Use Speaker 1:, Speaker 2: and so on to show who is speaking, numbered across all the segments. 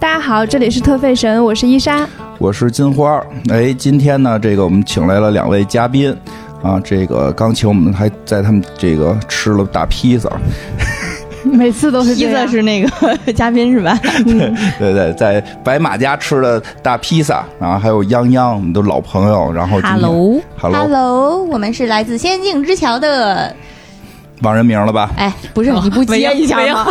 Speaker 1: 大家好，这里是特费神，我是伊莎。
Speaker 2: 我是金花儿。哎，今天呢，这个我们请来了两位嘉宾啊，这个刚请我们还在他们这个吃了大披萨，
Speaker 3: 每次都是
Speaker 4: 披
Speaker 3: 这
Speaker 4: 萨
Speaker 3: 样。
Speaker 4: 是那个嘉宾是吧？
Speaker 2: 对对，在白马家吃的大披萨，然后还有泱泱，我们都老朋友，然后今天
Speaker 4: Hello，
Speaker 2: Hello，
Speaker 5: Hello，我们是来自仙境之桥的，
Speaker 2: 忘人名了吧？
Speaker 5: 哎，不是你不接一下吗？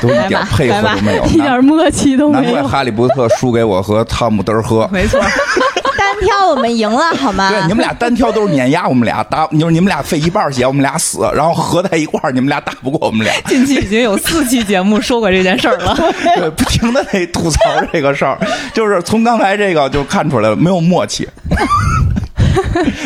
Speaker 2: 都一点配合都 没有，
Speaker 3: 一 点默契都
Speaker 2: 难
Speaker 3: 没
Speaker 2: 难怪
Speaker 3: 有，
Speaker 2: 哈利波特输给我和汤姆德尔 赫。
Speaker 4: 没错，
Speaker 5: 单挑我们赢了好 吗？
Speaker 2: 对，你们俩单挑都是碾压我们俩，打就是你们俩费一半血，我们俩死，然后合在一块儿，你们俩打不过我们俩，
Speaker 4: 近期已经有四期节目说过这件事儿了。
Speaker 2: 对，不停的得吐槽这个事儿，就是从刚才这个就看出来了，没有默契。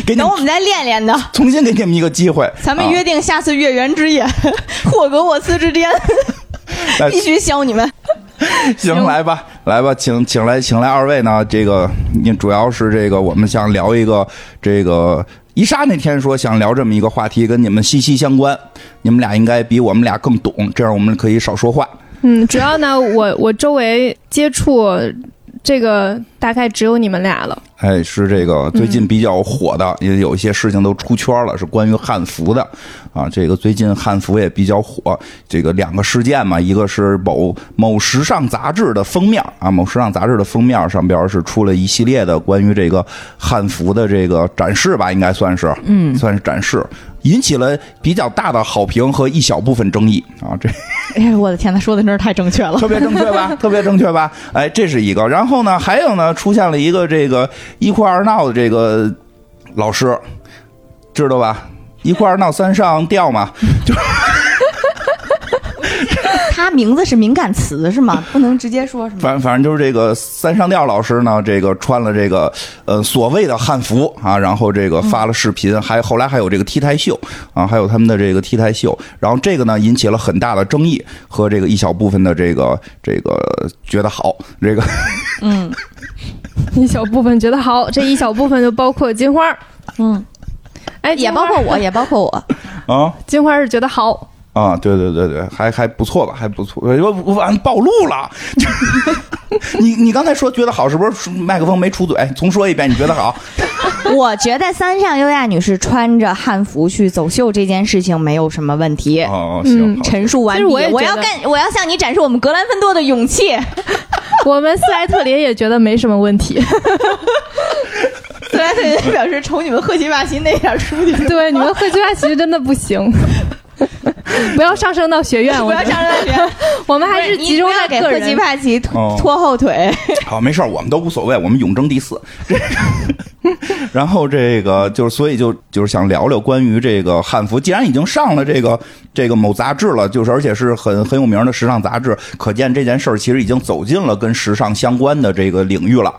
Speaker 2: 给你们
Speaker 5: 等我们再练练 的，
Speaker 2: 重新给你们一个机会，啊
Speaker 5: 咱们约定下次月圆之夜， 霍格沃茨之巅，
Speaker 2: 啊、
Speaker 5: 必须削你们。
Speaker 2: 哎行，来吧，来吧，请请来请来二位呢，这个你主要是这个我们想聊一个这个。伊莎那天说想聊这么一个话题，跟你们息息相关，你们俩应该比我们俩更懂，这样我们可以少说话。
Speaker 1: 嗯， 主要呢，我我周围接触这个大概只有你们俩了。
Speaker 2: 哎，是这个最近比较火的，也有一些事情都出圈了，是关于汉服的啊。这个最近汉服也比较火，这个两个事件嘛，一个是某某时尚杂志的封面啊，某时尚杂志的封面上边是出了一系列的关于这个汉服的这个展示吧，应该算是，嗯，算是展示，引起了比较大的好评和一小部分争议啊。这
Speaker 4: 哎呀，我的天呐，说的真是太正确了。
Speaker 2: 特别正确吧？特别正确吧？哎，这是一个。然后呢，还有呢，出现了一个这个一哭二闹的这个老师，知道吧？一哭二闹三上吊嘛，
Speaker 5: 他名字是敏感词是吗？不能直接说是吗？
Speaker 2: 反反正就是这个三上吊老师呢，这个穿了这个呃所谓的汉服啊，然后这个发了视频，还后来还有这个 T 台秀啊，还有他们的这个 T 台秀，然后这个呢引起了很大的争议和这个一小部分的这个这个觉得好这个
Speaker 5: 嗯
Speaker 1: 一小部分觉得好， 这一小部分就包括金花儿，
Speaker 5: 嗯，
Speaker 1: 哎，
Speaker 5: 也
Speaker 1: 金花
Speaker 5: 包
Speaker 1: 儿
Speaker 5: 括 我，也包括我。
Speaker 2: 啊。
Speaker 1: 金花儿是觉得好，
Speaker 2: 啊，对对对对，还还不错吧，还不错。我我完暴露了， 你你刚才说觉得好，是不是麦克风没出嘴？哎重说一遍，你觉得好？
Speaker 5: 我觉得三上优亚女士穿着汉服去走秀这件事情没有什么问题。
Speaker 2: 哦，
Speaker 1: 嗯
Speaker 2: 行，好
Speaker 5: 陈述完毕，
Speaker 1: 其实我也觉得
Speaker 5: 我要干，我要向你展示我们格兰芬多的勇 气。
Speaker 1: 我们斯莱特林也觉得没什么问题。
Speaker 5: 斯莱特林 表示瞅你们赫奇巴奇那点出息，
Speaker 1: 对，你们赫奇巴其实真的不行， 不要上升到学 院，我
Speaker 5: 不要上大学，
Speaker 1: 我们还是集中在
Speaker 5: 给
Speaker 1: 个
Speaker 5: 赫奇
Speaker 1: 人。
Speaker 5: 帕奇
Speaker 2: 哦
Speaker 5: 拖拖后腿。
Speaker 2: 好，没事儿，我们都无所谓，我们永争第四。 然后这个就是，所以就就是想聊聊关于这个汉服，既然已经上了这个这个某杂志了，就是而且是很很有名的时尚杂志，可见这件事儿其实已经走进了跟时尚相关的这个领域了。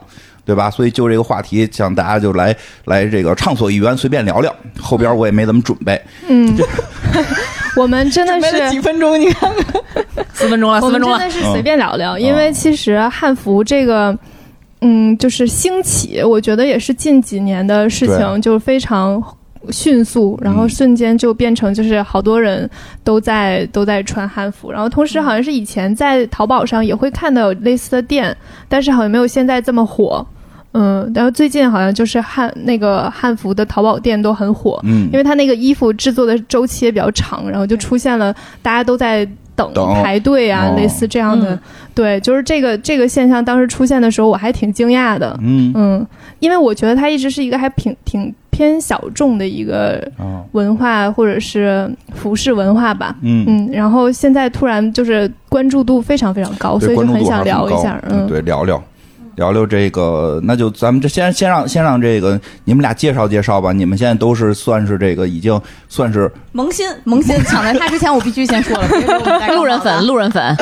Speaker 2: 对吧？所以就这个话题，想大家就来来这个畅所欲言，随便聊聊。后边我也没怎么准备，
Speaker 1: 嗯， 我们真的
Speaker 5: 没了
Speaker 1: 是
Speaker 5: 几。分钟，你看看，
Speaker 4: 四分钟了，
Speaker 1: 我
Speaker 4: 四
Speaker 1: 们
Speaker 4: 分钟啊嗯了。
Speaker 1: 真的是随便聊聊，因为其实汉服这个，嗯，就是兴起，我觉得也是近几年的事
Speaker 4: 啊
Speaker 1: 情，
Speaker 2: 对
Speaker 1: 就是非常迅速，然后
Speaker 2: 嗯
Speaker 1: 瞬间就变成就是好多人都在都在穿汉服，然后同时好像是以前在淘宝上也会看到有类似的店，但是好像没有现在这么火。嗯，然后最近好像就是汉那个汉服的淘宝店都很火，
Speaker 2: 嗯
Speaker 1: 因，为它那个衣服制作的周期也比较长，然后就出现了大家都在等
Speaker 2: 等
Speaker 1: 排队啊，
Speaker 2: 哦
Speaker 1: 类似这样的。
Speaker 5: 嗯
Speaker 1: 对，就是这个这个现象当时出现的时候，我还挺惊讶的。
Speaker 2: 嗯，
Speaker 1: 嗯，因为我觉得它一直是一个还挺挺偏小众的一个
Speaker 2: 哦，
Speaker 1: 文化或者是服饰文化吧。
Speaker 2: 嗯，
Speaker 1: 嗯，然后现在突然就是关注度非常非常高，哦所
Speaker 2: 对，
Speaker 1: 以就
Speaker 2: 关注
Speaker 1: 很
Speaker 2: 度还
Speaker 1: 想
Speaker 2: 是
Speaker 1: 聊
Speaker 2: 很
Speaker 1: 一
Speaker 2: 高
Speaker 1: 下。嗯，
Speaker 2: 嗯，对，聊聊。聊聊这个，那就咱们这先先让先让这个你们俩介绍介绍吧。你们现在都是算是这个已经算是
Speaker 5: 萌新萌新抢在他之前，我必须先说了，别给我们带
Speaker 4: 路人粉，路人粉，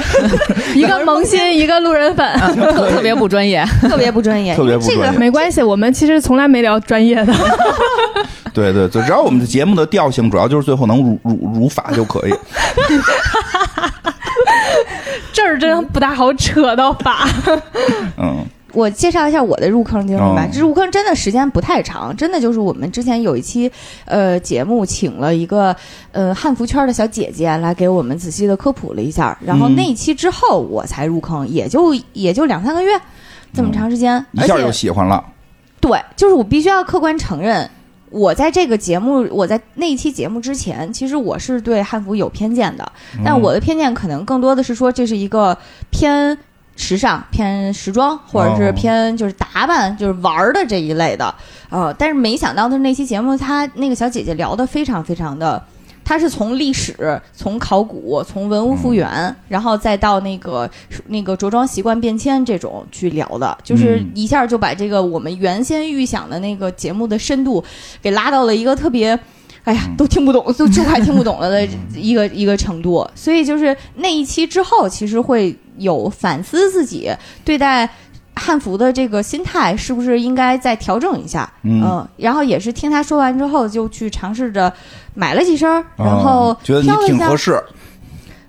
Speaker 1: 一个萌 新，一个路人粉，
Speaker 4: 啊特特别不专业。
Speaker 5: 特别不专业，
Speaker 2: 特别不
Speaker 5: 这
Speaker 2: 专
Speaker 5: 个
Speaker 2: 业。
Speaker 1: 没关系，我们其实从来没聊专 业的。
Speaker 2: 对对，就只要我们的节目的调性，主要就是最后能如如如法就可以。
Speaker 1: 这儿真不大好扯到法。
Speaker 2: 嗯，
Speaker 5: 我介绍一下我的入坑经历吧
Speaker 2: 哦。
Speaker 5: 这入坑真的时间不太长，真的就是我们之前有一期呃节目，请了一个呃汉服圈的小姐姐来给我们仔细的科普了一下。然后
Speaker 2: 嗯
Speaker 5: 那一期之后我才入坑，也就也就两三个月这么长时间，
Speaker 2: 一
Speaker 5: 而
Speaker 2: 下就
Speaker 5: 且
Speaker 2: 喜欢了，
Speaker 5: 对，就是我必须要客观承认。我在这个节目，我在那一期节目之前，其实我是对汉服有偏见的，
Speaker 2: 嗯
Speaker 5: 但我的偏见可能更多的是说这是一个偏时尚、偏时装，或者
Speaker 2: 哦
Speaker 5: 是偏就是打扮、就是玩儿的这一类的。呃，但是没想到的是那期节目，她那个小姐姐聊的非常非常的。她是从历史、从考古、从文物复原，然后再到那个那个着装习惯变迁这种去聊的，就是
Speaker 2: 嗯
Speaker 5: 一下就把这个我们原先预想的那个节目的深度给拉到了一个特别，哎呀，
Speaker 2: 嗯
Speaker 5: 都听不懂，就就快听不懂了的一个一个程度。所以就是那一期之后，其实会有反思自己对待汉服的这个心态是不是应该再调整一下。
Speaker 2: 嗯
Speaker 5: 然后也是听他说完之后，就去尝试着买了几身儿，
Speaker 2: 嗯
Speaker 5: 然后
Speaker 2: 觉得你
Speaker 5: 挑了一
Speaker 2: 挺合
Speaker 5: 下，
Speaker 2: 适，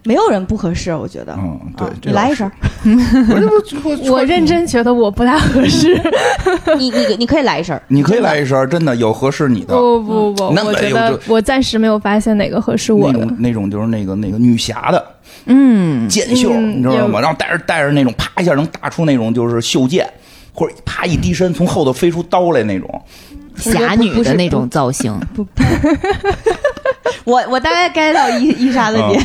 Speaker 5: 没有人不合适，我觉得。
Speaker 2: 嗯，对
Speaker 5: 啊，
Speaker 2: 这
Speaker 5: 你来一身
Speaker 2: 身
Speaker 5: 儿，，
Speaker 2: 我这不
Speaker 1: 我认，真觉得我不太合 适。
Speaker 5: 你你你可以来一身儿，
Speaker 2: 你可以来一身儿，真的有合适你的。
Speaker 1: 不不不，
Speaker 2: 哦那
Speaker 1: 我
Speaker 2: 没
Speaker 1: 觉
Speaker 2: 有
Speaker 1: 得我暂时没有发现哪个合适我
Speaker 2: 那
Speaker 1: 的
Speaker 2: 种。那种就是那个那个女侠的
Speaker 5: 嗯，
Speaker 2: 剑袖，
Speaker 1: 嗯
Speaker 2: 你知道吗？
Speaker 1: 有
Speaker 2: 然后带着带着那种啪一下能打出那种就是袖剑，或者啪一低身从后头飞出刀来那种。
Speaker 6: 侠女的那种造型，
Speaker 5: 我我大概 get 到伊伊莎的点，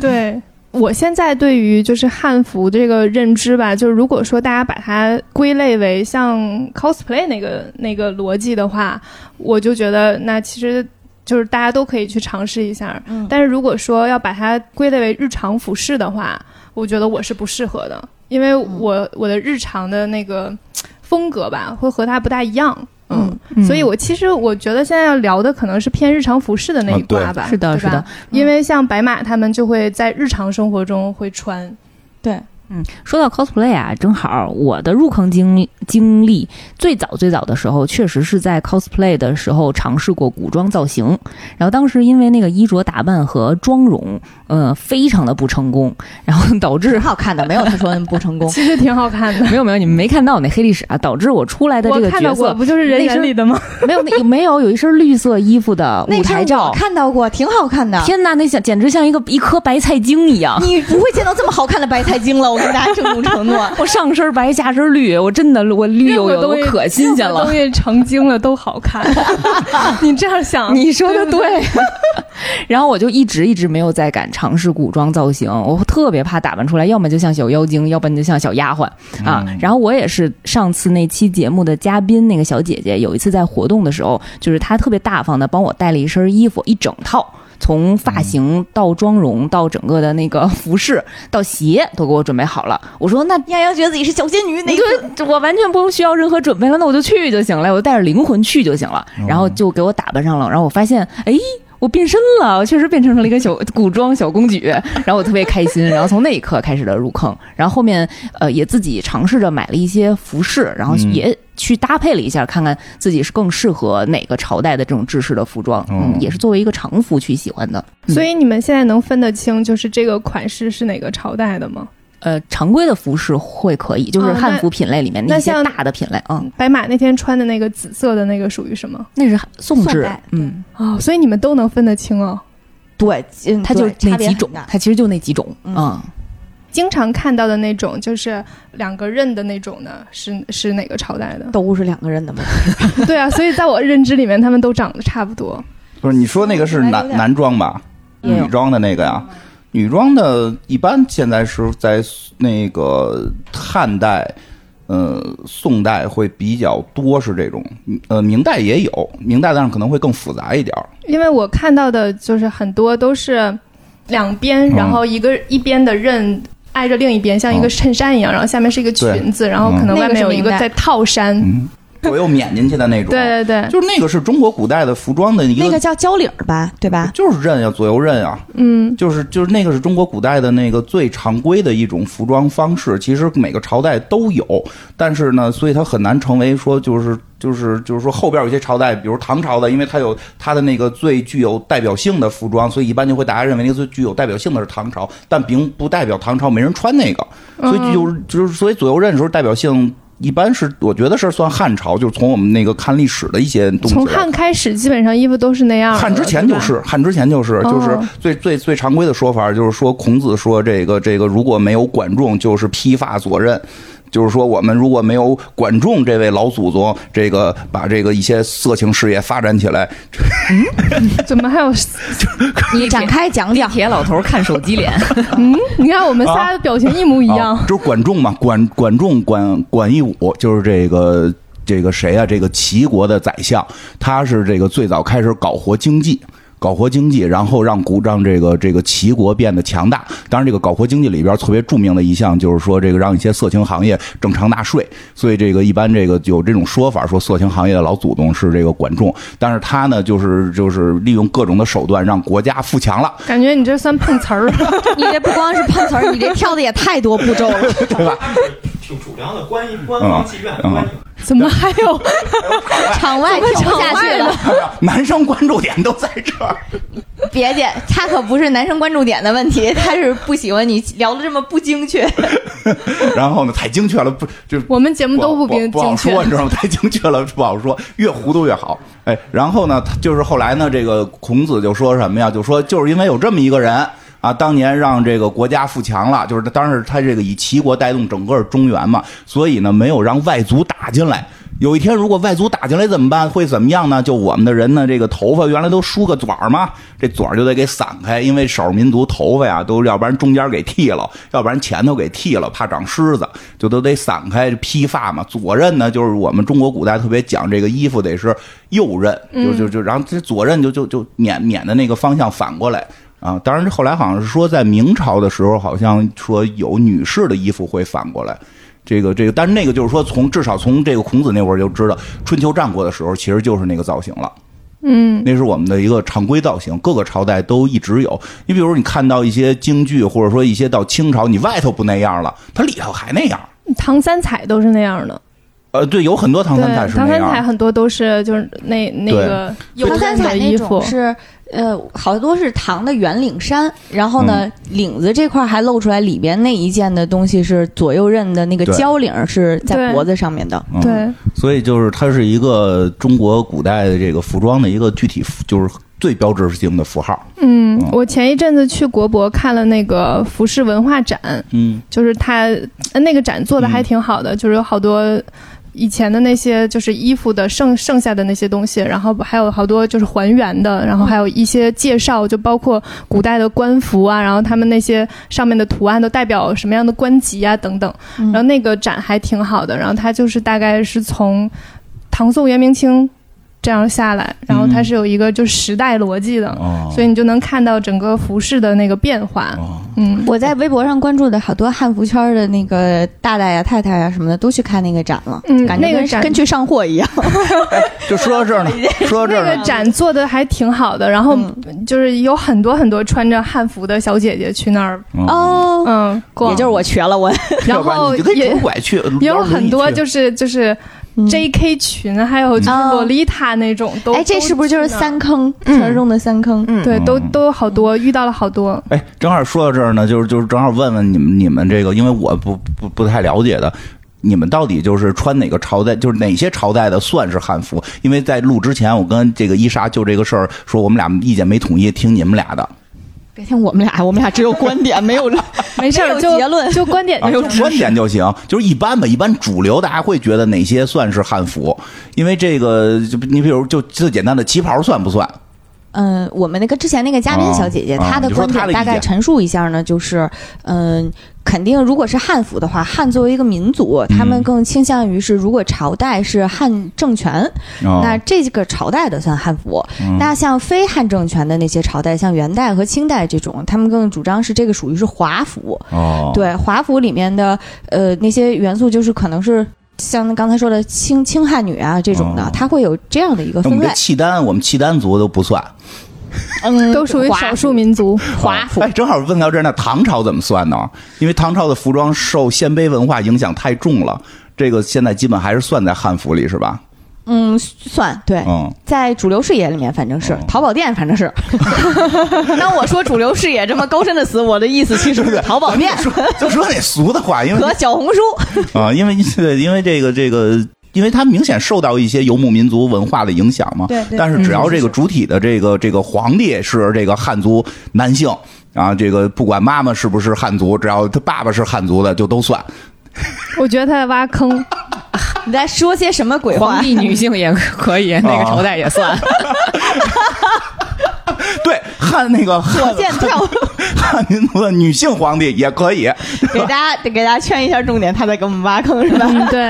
Speaker 1: 对。我现在对于就是汉服这个认知吧，就是如果说大家把它归类为像 cosplay 那个那个逻辑的话，我就觉得那其实就是大家都可以去尝试一下。
Speaker 5: 嗯
Speaker 1: 但是如果说要把它归类为日常服饰的话，我觉得我是不适合的，因为我、我的日常的那个风格吧，会和它不大一样。嗯，所以我其实我觉得现在要聊的可能是偏日常服饰的嗯那一
Speaker 2: 啊对
Speaker 1: 挂吧。
Speaker 6: 是的
Speaker 1: 对吧
Speaker 6: 是的，
Speaker 1: 因为像白马他们就会在日常生活中会穿，
Speaker 5: 对，
Speaker 6: 嗯说到 cosplay 啊，正好我的入坑经历经历，最早最早的时候，确实是在 cosplay 的时候尝试过古装造型，然后当时因为那个衣着打扮和妆容，呃，非常的不成功，然后 导致。
Speaker 5: 挺好看的，没有他说的不成 功。
Speaker 1: 其实挺好 看的
Speaker 6: 没有没有，你们没看到我那黑历史啊，导致我出来的这
Speaker 1: 我
Speaker 6: 个
Speaker 1: 看
Speaker 6: 角
Speaker 1: 到过，
Speaker 6: 色
Speaker 1: 不就是人眼里的吗？
Speaker 6: 没有那没有有一身绿色衣服 的
Speaker 5: 那
Speaker 6: 舞台
Speaker 5: 张我
Speaker 6: 照，
Speaker 5: 看到过，挺好看的。
Speaker 6: 天呐，那像简直像一个一颗白菜茎一样。。
Speaker 5: 你不会见到这么好看的白菜精了，我跟大家郑重承诺
Speaker 6: 我上身白，下身绿，我真的我绿油油的，我
Speaker 1: 任何东西
Speaker 6: 可新鲜
Speaker 1: 任
Speaker 6: 了
Speaker 1: 何。东西成精了都好 看。你这样想，
Speaker 6: 你说的对。然后我就一直一直没有再敢尝试古装造型，我特别怕打扮出来，要么就像小妖精，要不然就像小丫鬟啊。然后我也是上次那期节目的嘉宾那个小姐姐，有一次在活动的时候，就是她特别大方的帮我带了一身衣服，一整套。从发型到妆容到整个的那个服饰到鞋都给我准备好了，我说那
Speaker 5: 亚阳觉得自己是小仙女，那
Speaker 6: 你
Speaker 5: 个
Speaker 6: 就我完全不用需要任何准备了，那我就去就行了，我就带着灵魂去就行了，然后就给我打扮上了，然后我发现，哎。我变身了，我确实变成了一个小古装小公举， 然后我特别开心，然后从那一刻开始的入坑，然后后面呃也自己尝试着买了一些服饰，然后
Speaker 2: 嗯
Speaker 6: 也去搭配了一下，看看自己是更适合哪个朝代的这种制式的服装，
Speaker 2: 哦
Speaker 6: 嗯，也是作为一个常服去喜欢的。嗯
Speaker 1: 所以你们现在能分得清就是这个款式是哪个朝代的吗？
Speaker 6: 呃常规的服饰会可以，就是
Speaker 1: 哦那
Speaker 6: 汉服品类里面
Speaker 1: 那
Speaker 6: 一些
Speaker 1: 像
Speaker 6: 大的品类啊、嗯，
Speaker 1: 白马那天穿的那个紫色的那个属于什么？
Speaker 6: 那是宋
Speaker 5: 宋
Speaker 6: 制
Speaker 5: 代，
Speaker 6: 嗯。
Speaker 1: 哦，所以你们都能分得清哦。
Speaker 5: 对，嗯
Speaker 6: 它就
Speaker 5: 对
Speaker 6: 那
Speaker 5: 差别
Speaker 6: 几
Speaker 5: 很
Speaker 6: 种
Speaker 5: 大，
Speaker 6: 它其实就那几种，
Speaker 5: 嗯？
Speaker 6: 嗯，
Speaker 1: 经常看到的那种，就是两个刃的那种呢，是是哪个朝代的
Speaker 5: 都是两个人的嘛。
Speaker 1: 对啊，所以在我认知里面，他们都长得差不多。
Speaker 2: 不是你说那个是
Speaker 5: 嗯
Speaker 2: 男男装吧？
Speaker 5: 也有
Speaker 2: 女装的那个呀，女装的一般现在是在那个汉代。呃，宋代会比较多是这种，呃，明代也有，明代但是可能会更复杂一点儿。
Speaker 1: 因为我看到的就是很多都是两边，
Speaker 2: 嗯
Speaker 1: 然后一个一边的刃挨着另一边，像一个衬衫一样，然后下面是一个裙子，然后可能外面有一个在套衫。
Speaker 2: 嗯，左右免进去的那 种。
Speaker 1: 对对对，
Speaker 2: 就是那个是中国古代的服装的一个，
Speaker 5: 那个叫交领儿吧，对 吧？
Speaker 2: 就是刃呀，左右刃啊，
Speaker 1: 嗯，
Speaker 2: 就是就是那个是中国古代的那个最常规的一种服装方式。其实每个朝代都有，但是呢，所以它很难成为说就是就是就是说后边有些朝代，比如唐朝的，因为它有它的那个最具有代表性的服装，所以一般就会大家认为那个最具有代表性的是唐
Speaker 1: 嗯
Speaker 2: 朝，但并不代表唐朝没人穿那个，所以就是就是所以左右刃的时候代表性。一般是我觉得是算汉朝，就是从我们那个看历史的一些东西来
Speaker 1: 从
Speaker 2: 看。
Speaker 1: 汉开始，基本上衣服都是那样的。
Speaker 2: 汉之前
Speaker 1: 对
Speaker 2: 就
Speaker 1: 吧，
Speaker 2: 是，汉之前就是，
Speaker 1: 哦
Speaker 2: 就是最最最常规的说法，就是说孔子说这个这个如果没有管仲，就是披发左衽。就是说，我们如果没有管仲这位老祖宗，这个把这个一些色情事业发展起来，
Speaker 1: 怎么还有？
Speaker 5: 你展开讲讲，
Speaker 4: 铁老头看手机脸，
Speaker 1: 嗯你看我们仨的表情一模一样。
Speaker 2: 啊、就是管仲嘛，管管仲管管义武，就是这个这个谁啊？这个齐国的宰相，他是这个最早开始搞活经济。搞活经济，然后让古让这个这个齐国变得强大。当然，这个搞活经济里边特别著名的一项就是说，这个让一些色情行业正常纳税。所以，这个一般这个有这种说法，说色情行业的老祖宗是这个管仲。但是他呢，就是就是利用各种的手段让国家富强了。
Speaker 1: 感觉你这算碰瓷儿，
Speaker 5: 你这不光是碰瓷儿，你这跳的也太多步骤了。
Speaker 7: 他是挺主张的，关于官方妓院，
Speaker 2: 嗯
Speaker 7: 关于
Speaker 1: 怎么还有？
Speaker 5: 场外听不下去了，
Speaker 2: 男生关注点都在这儿。
Speaker 5: 别介，他可不是男生关注点的问题，他是不喜欢你聊的这么不精确。
Speaker 2: 然后呢，太精确了，不就
Speaker 1: 我们节目都
Speaker 2: 不好
Speaker 1: 精
Speaker 2: 不好
Speaker 1: 精确
Speaker 2: 说，。你知道吗？太 精确了，不好说，越糊涂越好。哎，然后呢，他就是后来呢，这个孔子就说什么呀？就说就是因为有这么一个人。啊，当年让这个国家富强了，就是当时他这个以齐国带动整个中原嘛，所以呢，没有让外族打进来。有一天如果外族打进来怎么办？会怎么样呢？就我们的人呢，这个头发原来都梳个卷儿嘛，这卷儿就得给散开，因为少数民族头发呀，都要不然中间给剃了，要不然前头给剃了，怕长虱子，就都得散开披发嘛。左衽呢，就是我们中国古代特别讲这个衣服得是右衽，就就就，然后这左衽就就就捻捻的那个方向反过来。啊，当然，后来好像是说，在明朝的时候，好像说有女士的衣服会反过来，这个这个，但是那个就是说从，至少从这个孔子那会儿就知道，春秋战国的时候其实就是那个造型了。嗯，那是我们的一个常规造型，各个朝代都一直有。你比如你看到一些京剧，或者说一些到清朝，你外头不那样了，它里头还那样。
Speaker 1: 唐三彩都是那样的，
Speaker 2: 呃，对，有很多唐
Speaker 1: 对
Speaker 2: 三彩，是
Speaker 1: 唐
Speaker 2: 那
Speaker 1: 三彩
Speaker 2: 样。
Speaker 1: 很多都是就是那那个有
Speaker 5: 唐三彩
Speaker 1: 衣
Speaker 5: 那
Speaker 1: 服
Speaker 5: 种，是呃，好多是唐的圆领衫，然后呢，领子这块还露出来，里边那一件的东西是左右衽的那个
Speaker 2: 对
Speaker 5: 交领是在
Speaker 1: 对
Speaker 5: 脖子上面的。
Speaker 2: 嗯、
Speaker 1: 对，
Speaker 2: 所以就是它是一个中国古代的这个服装的一个具体符，就是最标志性的符号。
Speaker 1: 嗯
Speaker 2: 嗯，
Speaker 1: 我前一阵子去国博看了那个服饰文化展，
Speaker 2: 嗯，
Speaker 1: 就是它呃那个展做的还挺好的，就是有好多以前的那些就是衣服的剩剩下的那些东西，然后还有好多就是还原的，然后还有一些介绍，就包括古代的官服啊，然后他们那些上面的图案都代表什么样的官级啊等等。
Speaker 2: 嗯
Speaker 1: 然后那个展还挺好的，然后它就是大概是从唐宋元明清这样下来，然后它
Speaker 2: 嗯
Speaker 1: 是有一个就是时代逻辑的，
Speaker 2: 哦，
Speaker 1: 所以你就能看到整个服饰的那个变化。
Speaker 2: 哦，
Speaker 1: 嗯，
Speaker 5: 我在微博上关注的好多汉服圈的那个大大呀、太太呀什么的，都去看那个展了，
Speaker 1: 嗯
Speaker 5: 感觉
Speaker 1: 那个
Speaker 5: 跟
Speaker 1: 展
Speaker 5: 跟去上货一样。
Speaker 2: 就说到这 儿呢，说到这儿
Speaker 1: 那
Speaker 2: 呢
Speaker 1: 个，展做的还挺好的，然后
Speaker 5: 嗯
Speaker 1: 就是有很多很多穿着汉服的小姐姐去那儿，
Speaker 2: 嗯
Speaker 5: 哦，
Speaker 1: 嗯，逛
Speaker 5: 也就是我瘸了我。
Speaker 2: 要不
Speaker 1: 然后
Speaker 2: 你就可以
Speaker 1: 也
Speaker 2: 左拐去，
Speaker 1: 也有
Speaker 2: 轮椅
Speaker 1: 很多
Speaker 2: 去
Speaker 1: 就是就是
Speaker 5: 嗯
Speaker 1: J K 裙，还有就是
Speaker 5: 哦
Speaker 1: 洛丽塔那种，都
Speaker 5: 哎，这是不是就是？三
Speaker 1: 都去嗯
Speaker 5: 坑传中的三坑？
Speaker 1: 那儿对，
Speaker 2: 嗯
Speaker 1: 都都有好多，遇到了好多。
Speaker 2: 哎，正好说到这儿呢，就是就是正好问问你们你们这个，因为我不不不太了解的，你们到底就是穿哪个朝代，就是哪些朝代的算是汉服？因为在录之前，我跟这个伊莎就这个事儿说，我们俩意见没统一，听你们俩的。
Speaker 4: 别听我们俩，我们俩只有观点，没有
Speaker 1: 没事
Speaker 5: 没
Speaker 1: 儿，
Speaker 5: 有
Speaker 1: 就
Speaker 5: 结论
Speaker 1: 就观点
Speaker 2: 啊，
Speaker 1: 就
Speaker 2: 就观点就行，就是一般吧。一般主流大家会觉得哪些算是汉服？因为这个，就你比如就最简单的旗袍算不算？
Speaker 5: 嗯，我们那个之前那个嘉宾小姐姐，
Speaker 2: 啊啊
Speaker 5: 她的
Speaker 2: 你说
Speaker 5: 观
Speaker 2: 她
Speaker 5: 点
Speaker 2: 的意
Speaker 5: 大概
Speaker 2: 见
Speaker 5: 陈述一下呢，就是，嗯，肯定如果是汉服的话，汉作为一个民族，他们
Speaker 2: 嗯
Speaker 5: 更倾向于是，如果朝代是汉政权，
Speaker 2: 哦嗯
Speaker 5: 那这个朝代的算汉服。那像非汉政权的那些朝代，像元代和清代这种，他们更主张是这个属于是华服。
Speaker 2: 哦，
Speaker 5: 对，华服里面的呃那些元素，就是可能是像刚才说的清清汉女啊这种
Speaker 2: 哦
Speaker 5: 的，它会有这样的一个
Speaker 2: 那我
Speaker 5: 分
Speaker 2: 们
Speaker 5: 类
Speaker 2: 这。契丹，我们契丹族都不算。
Speaker 5: 嗯，
Speaker 1: 都属于
Speaker 5: 华
Speaker 1: 少数民族。
Speaker 5: 华服。
Speaker 2: 哎，正好问到这儿，那唐朝怎么算呢？因为唐朝的服装受鲜卑文化影响太重了，这个现在基本还是算在汉服里，是吧？
Speaker 5: 嗯，算对，
Speaker 2: 嗯，
Speaker 5: 在主流视野里面，反正是
Speaker 2: 哦
Speaker 5: 淘宝店，反正是。当我说主流视野这么高深的词，我的意思其实是淘宝店
Speaker 2: 说就说那俗的话，因为
Speaker 5: 和小红书。
Speaker 2: 啊，因为对，因为这个这个，因为它明显受到一些游牧民族文化的影响嘛。
Speaker 5: 对对嗯
Speaker 2: 但是只要这个主体的这个这个皇帝是这个汉族男性啊，这个不管妈妈是不是汉族，只要他爸爸是汉族的就都算。
Speaker 1: 我觉得他在挖坑，
Speaker 5: 你在说些什么鬼
Speaker 6: 皇
Speaker 5: 话？
Speaker 6: 帝女性也可以，那个朝代也 算。
Speaker 2: 对，汉那个
Speaker 5: 火
Speaker 2: 汉
Speaker 5: 箭跳，
Speaker 2: 汉民族的女性皇帝也可以。
Speaker 5: 给大家给大家圈一下重点，他在给我们挖坑是吧？
Speaker 1: 嗯，对，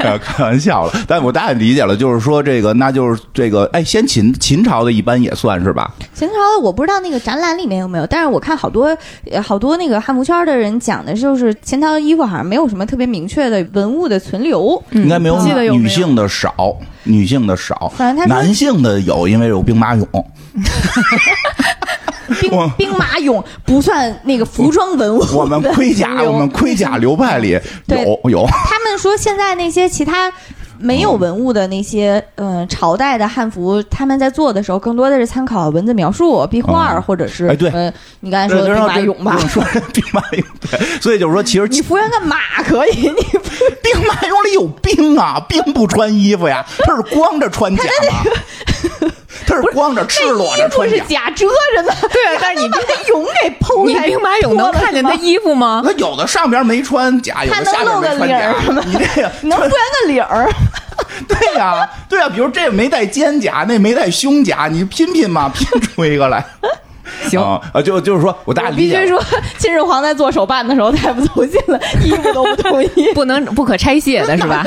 Speaker 2: 呃，开玩笑了，但我大概理解了，就是说这个，那就是这个，哎，先秦秦朝的一般也算是吧？
Speaker 5: 秦朝我不知道那个展览里面有没有，但是我看好多呃好多那个汉服圈的人讲的就是秦朝的衣服好像没有什么特别明确的文物的存留，
Speaker 2: 应该没有
Speaker 1: 不记得有没有
Speaker 2: 女性的少，女性的少，
Speaker 5: 反正他说
Speaker 2: 男性的有，因为有兵马 俑。
Speaker 5: 兵
Speaker 2: 我
Speaker 5: 兵马俑不算那个服装文物的
Speaker 2: 我们盔甲，
Speaker 5: 存留
Speaker 2: 我们盔甲流派里
Speaker 5: 对
Speaker 2: 有有，
Speaker 5: 他们说现在那些其他没有文物的那些，嗯、朝代的汉服，他们在做的时候，更多的是参考文字描述、壁画儿，
Speaker 2: 嗯
Speaker 5: 或者是
Speaker 2: 哎对
Speaker 5: 呃你刚才说的
Speaker 2: 对
Speaker 5: 兵马俑吧。
Speaker 2: 说兵马俑，对，所以就是说，其实
Speaker 5: 你服员个马可以，你
Speaker 2: 兵马俑里有兵啊，兵不穿衣服呀，他是光着穿甲的，他是光着赤裸
Speaker 5: 衣
Speaker 2: 着
Speaker 5: 服
Speaker 2: 穿
Speaker 5: 是
Speaker 2: 甲。
Speaker 5: 假遮着的，
Speaker 6: 对啊，但是
Speaker 5: 你把那俑给剖
Speaker 6: 你
Speaker 5: 开，
Speaker 6: 兵马俑能看见他衣服吗？
Speaker 2: 那有的上边没穿甲，有
Speaker 5: 他
Speaker 2: 的
Speaker 5: 能
Speaker 2: 下边
Speaker 5: 露
Speaker 2: 没
Speaker 5: 个
Speaker 2: 穿
Speaker 5: 领儿
Speaker 2: 甲
Speaker 5: 吗。
Speaker 2: 你这 个
Speaker 5: 能
Speaker 2: 穿
Speaker 5: 服员个领儿，
Speaker 2: 对呀、对呀、比如这没带肩甲，那没带胸甲，你拼拼嘛，拼出一 个来。
Speaker 6: 行。
Speaker 2: 啊，啊就就是说我大概
Speaker 5: 我
Speaker 2: 理
Speaker 5: 必
Speaker 2: 解
Speaker 5: 须
Speaker 2: 了。
Speaker 5: 说，秦始皇在做手办的时候太不走心了，衣服都不统一
Speaker 6: 不能不可拆卸的是 吧？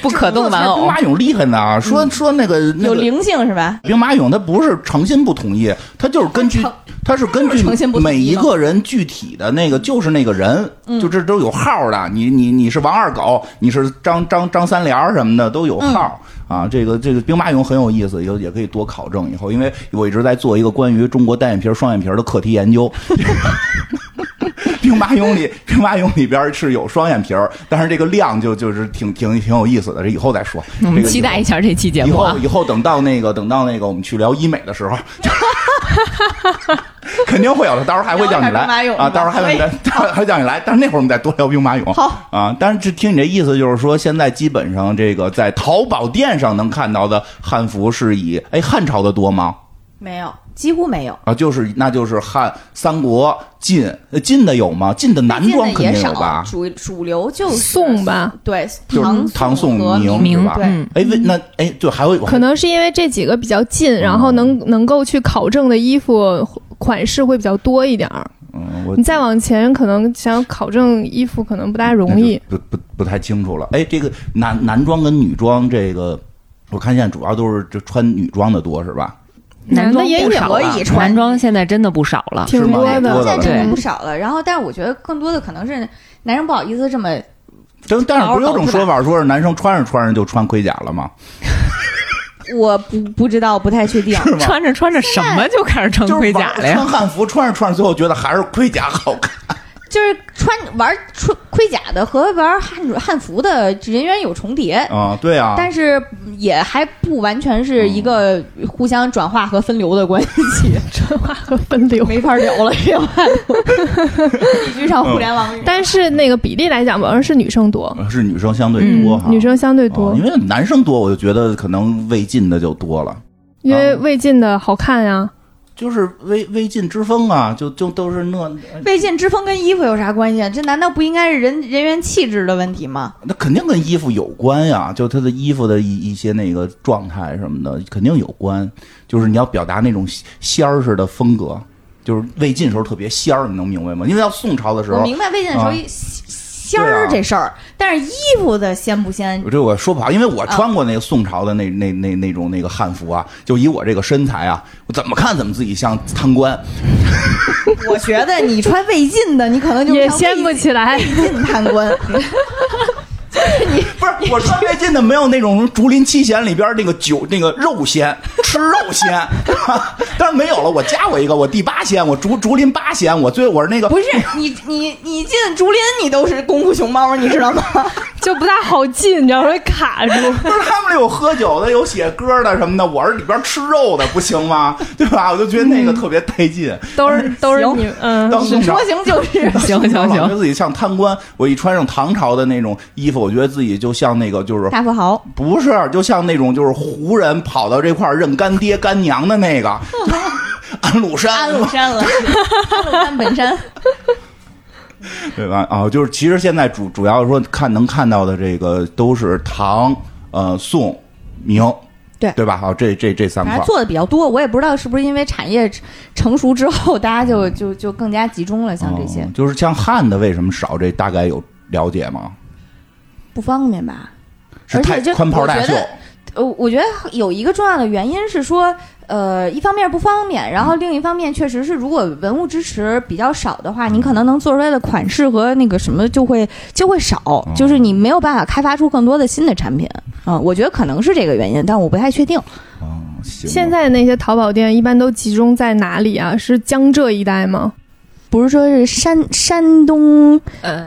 Speaker 6: 不可动玩
Speaker 2: 兵
Speaker 6: 偶
Speaker 2: 马。俑厉害呢，说说那个那
Speaker 5: 哦嗯有
Speaker 2: 个
Speaker 5: 灵性是吧？
Speaker 2: 兵马俑，它不是诚心不统一，它就是根据它是根据
Speaker 5: 诚心不统一吗
Speaker 2: 每一个人具体的那个就是那个人，就这都有号的。你你你是王二狗，你是张张张三连儿什么的都有号。啊，这个这个兵马俑很有意思，有也可以多考证以后，因为我一直在做一个关于中国单眼皮儿、双眼皮儿的课题研究。 兵马俑里，兵马俑里边儿是有双眼皮儿，但是这个量就就是挺挺挺有意思的，这以后再说。
Speaker 6: 我
Speaker 2: 这
Speaker 6: 们
Speaker 2: 个
Speaker 6: 嗯期
Speaker 2: 以后
Speaker 6: 待一下这期节
Speaker 2: 以
Speaker 6: 目啊
Speaker 2: 后！以后等到那个等到那个我们去聊医美的时候， 肯定会有的，到时候还会叫你来
Speaker 5: 聊一下兵马俑
Speaker 2: 啊，到时候还会来，到时候还会叫你来。但是那会儿我们再多聊兵马俑。
Speaker 5: 好
Speaker 2: 啊，但是这听你这意思就是说，现在基本上这个在淘宝店上能看到的汉服是以哎汉朝的多吗？
Speaker 5: 没有，几乎没有。
Speaker 2: 啊，就是那就是汉三国晋呃晋的有吗？晋的男装
Speaker 5: 见的
Speaker 2: 肯
Speaker 5: 也
Speaker 2: 定有
Speaker 5: 少，
Speaker 2: 吧？
Speaker 5: 主主流就是
Speaker 1: 宋吧，
Speaker 5: 对，
Speaker 2: 就是唐宋
Speaker 5: 宋和
Speaker 2: 明
Speaker 6: 明
Speaker 2: 是吧？
Speaker 5: 对
Speaker 6: 嗯
Speaker 2: 哎，为那哎对，还有
Speaker 1: 可能是因为这几个比较近，然后能
Speaker 2: 嗯
Speaker 1: 能够去考证的衣服款式会比较多一点儿。
Speaker 2: 嗯，我
Speaker 1: 你再往前，可能想要考证衣服可能不大容易。
Speaker 2: 那就不不不太清楚了。哎，这个男男装跟女装，这个我看现在主要都是这穿女装的多是吧？
Speaker 6: 男
Speaker 1: 男
Speaker 6: 装
Speaker 1: 的也
Speaker 6: 不少
Speaker 5: 有
Speaker 6: 了
Speaker 5: 可以，穿
Speaker 6: 男装现在真的不少了。
Speaker 1: 挺
Speaker 2: 是吗
Speaker 1: 多
Speaker 2: 挺多
Speaker 1: 的，
Speaker 2: 的
Speaker 5: 现在
Speaker 2: 了
Speaker 5: 真
Speaker 6: 对
Speaker 5: 的不少了。然后，但是我觉得更多的可能是男生不好意思这么，
Speaker 2: 但但是不是有
Speaker 5: 搞
Speaker 2: 种
Speaker 5: 搞是吧
Speaker 2: 说法，说是男生穿着穿着就穿盔甲了吗？
Speaker 5: 我不不知道，不太确定。
Speaker 2: 是吗？
Speaker 6: 穿着穿着什么就开始成
Speaker 2: 就是
Speaker 6: 盔甲
Speaker 2: 玩
Speaker 6: 了呀
Speaker 2: 穿？汉服穿着穿着，最后觉得还是盔甲好看。
Speaker 5: 就是穿玩穿盔甲的和玩汉汉服的人员有重叠，
Speaker 2: 啊、对啊。
Speaker 5: 但是也还不完全是一个
Speaker 2: 嗯
Speaker 5: 互相转化和分流的关 系，
Speaker 1: 分流。
Speaker 5: 没法聊了，这话都必须上互联
Speaker 2: 嗯
Speaker 5: 网语。
Speaker 1: 但是那个比例来讲，好像是女生多，
Speaker 2: 是女生相对多哈，
Speaker 1: 女生相对
Speaker 2: 哦
Speaker 1: 多
Speaker 2: 因，为男生多，我就觉得可能魏晋的就多了。
Speaker 1: 因
Speaker 2: 啊
Speaker 1: 为魏晋的好看呀。
Speaker 2: 就是魏魏晋之风啊，就就都是那
Speaker 5: 魏晋之风跟衣服有啥关系啊？这难道不应该是人人员气质的问题吗？
Speaker 2: 那肯定跟衣服有关呀，就他的衣服的一一些那个状态什么的，肯定有关。就是你要表达那种仙儿似的风格，就是魏晋时候特别仙儿，你能明白吗？因为到宋朝的时
Speaker 5: 我
Speaker 2: 候，
Speaker 5: 明白魏晋的时候
Speaker 2: 啊
Speaker 5: 一仙儿这事儿，但是衣服的仙 不仙，
Speaker 2: 这我说不好，因为我穿过那个宋朝的那那那那种那个汉服啊，就以我这个身材啊，我怎么看怎么自己像贪官。
Speaker 5: 我觉得你穿魏晋的，你可能就
Speaker 1: 也掀不起来，
Speaker 5: 魏晋贪官。
Speaker 2: 不是我穿魏晋的没有那种竹林七贤里边那个酒那个肉仙吃肉仙，但是没有了。我加我一个，我第八仙，我竹竹林八仙，我最我是那个
Speaker 5: 不是你你你进竹林，你都是功夫熊猫，你知道吗？
Speaker 1: 就不大好进，你知道吗？会卡 住。
Speaker 2: 不是他们那有喝酒的，有写歌的什么的，我是里边吃肉的，不行吗？ 对吧？我就觉得那个特别带劲。
Speaker 1: 都是都是你，嗯，
Speaker 2: 当时
Speaker 5: 说嗯行就是，
Speaker 6: 行行
Speaker 2: 我老觉
Speaker 6: 行，
Speaker 2: 得自己像贪官。我一穿上唐朝的那种衣服，我觉得自己就像那个就是
Speaker 5: 大富豪
Speaker 2: 不是，就像那种就是胡人跑到这块儿认干爹干娘的 那个安禄山，
Speaker 5: 安禄山了，安禄山本山，
Speaker 2: 对吧？啊，就是其实现在主主要说看能看到的这个都是唐、呃宋、明，
Speaker 5: 对
Speaker 2: 对吧？好，这这这三块
Speaker 5: 反正
Speaker 2: 儿，
Speaker 5: 做的比较多。我也不知道是不是因为产业成熟之后，大家就就就更加集中了，像这些
Speaker 2: 哦就是像汉的为什么少？这大概有了解吗？
Speaker 5: 不方便吧。
Speaker 2: 是
Speaker 5: 而且
Speaker 2: 太
Speaker 5: 这
Speaker 2: 宽袍大
Speaker 5: 我觉
Speaker 2: 袖
Speaker 5: 得，呃，我觉得有一个重要的原因是说，呃，一方面不方便，然后另一方面确实是，如果文物支持比较少的话，你可能能做出来的款式和那个什么就会就会少，就是你没有办法开发出更多的新的产品啊、我觉得可能是这个原因，但我不太确定。
Speaker 2: 嗯行吧
Speaker 1: 现在那些淘宝店一般都集中在哪里啊？是江浙一带吗？
Speaker 5: 不是说是山山东
Speaker 6: 呃，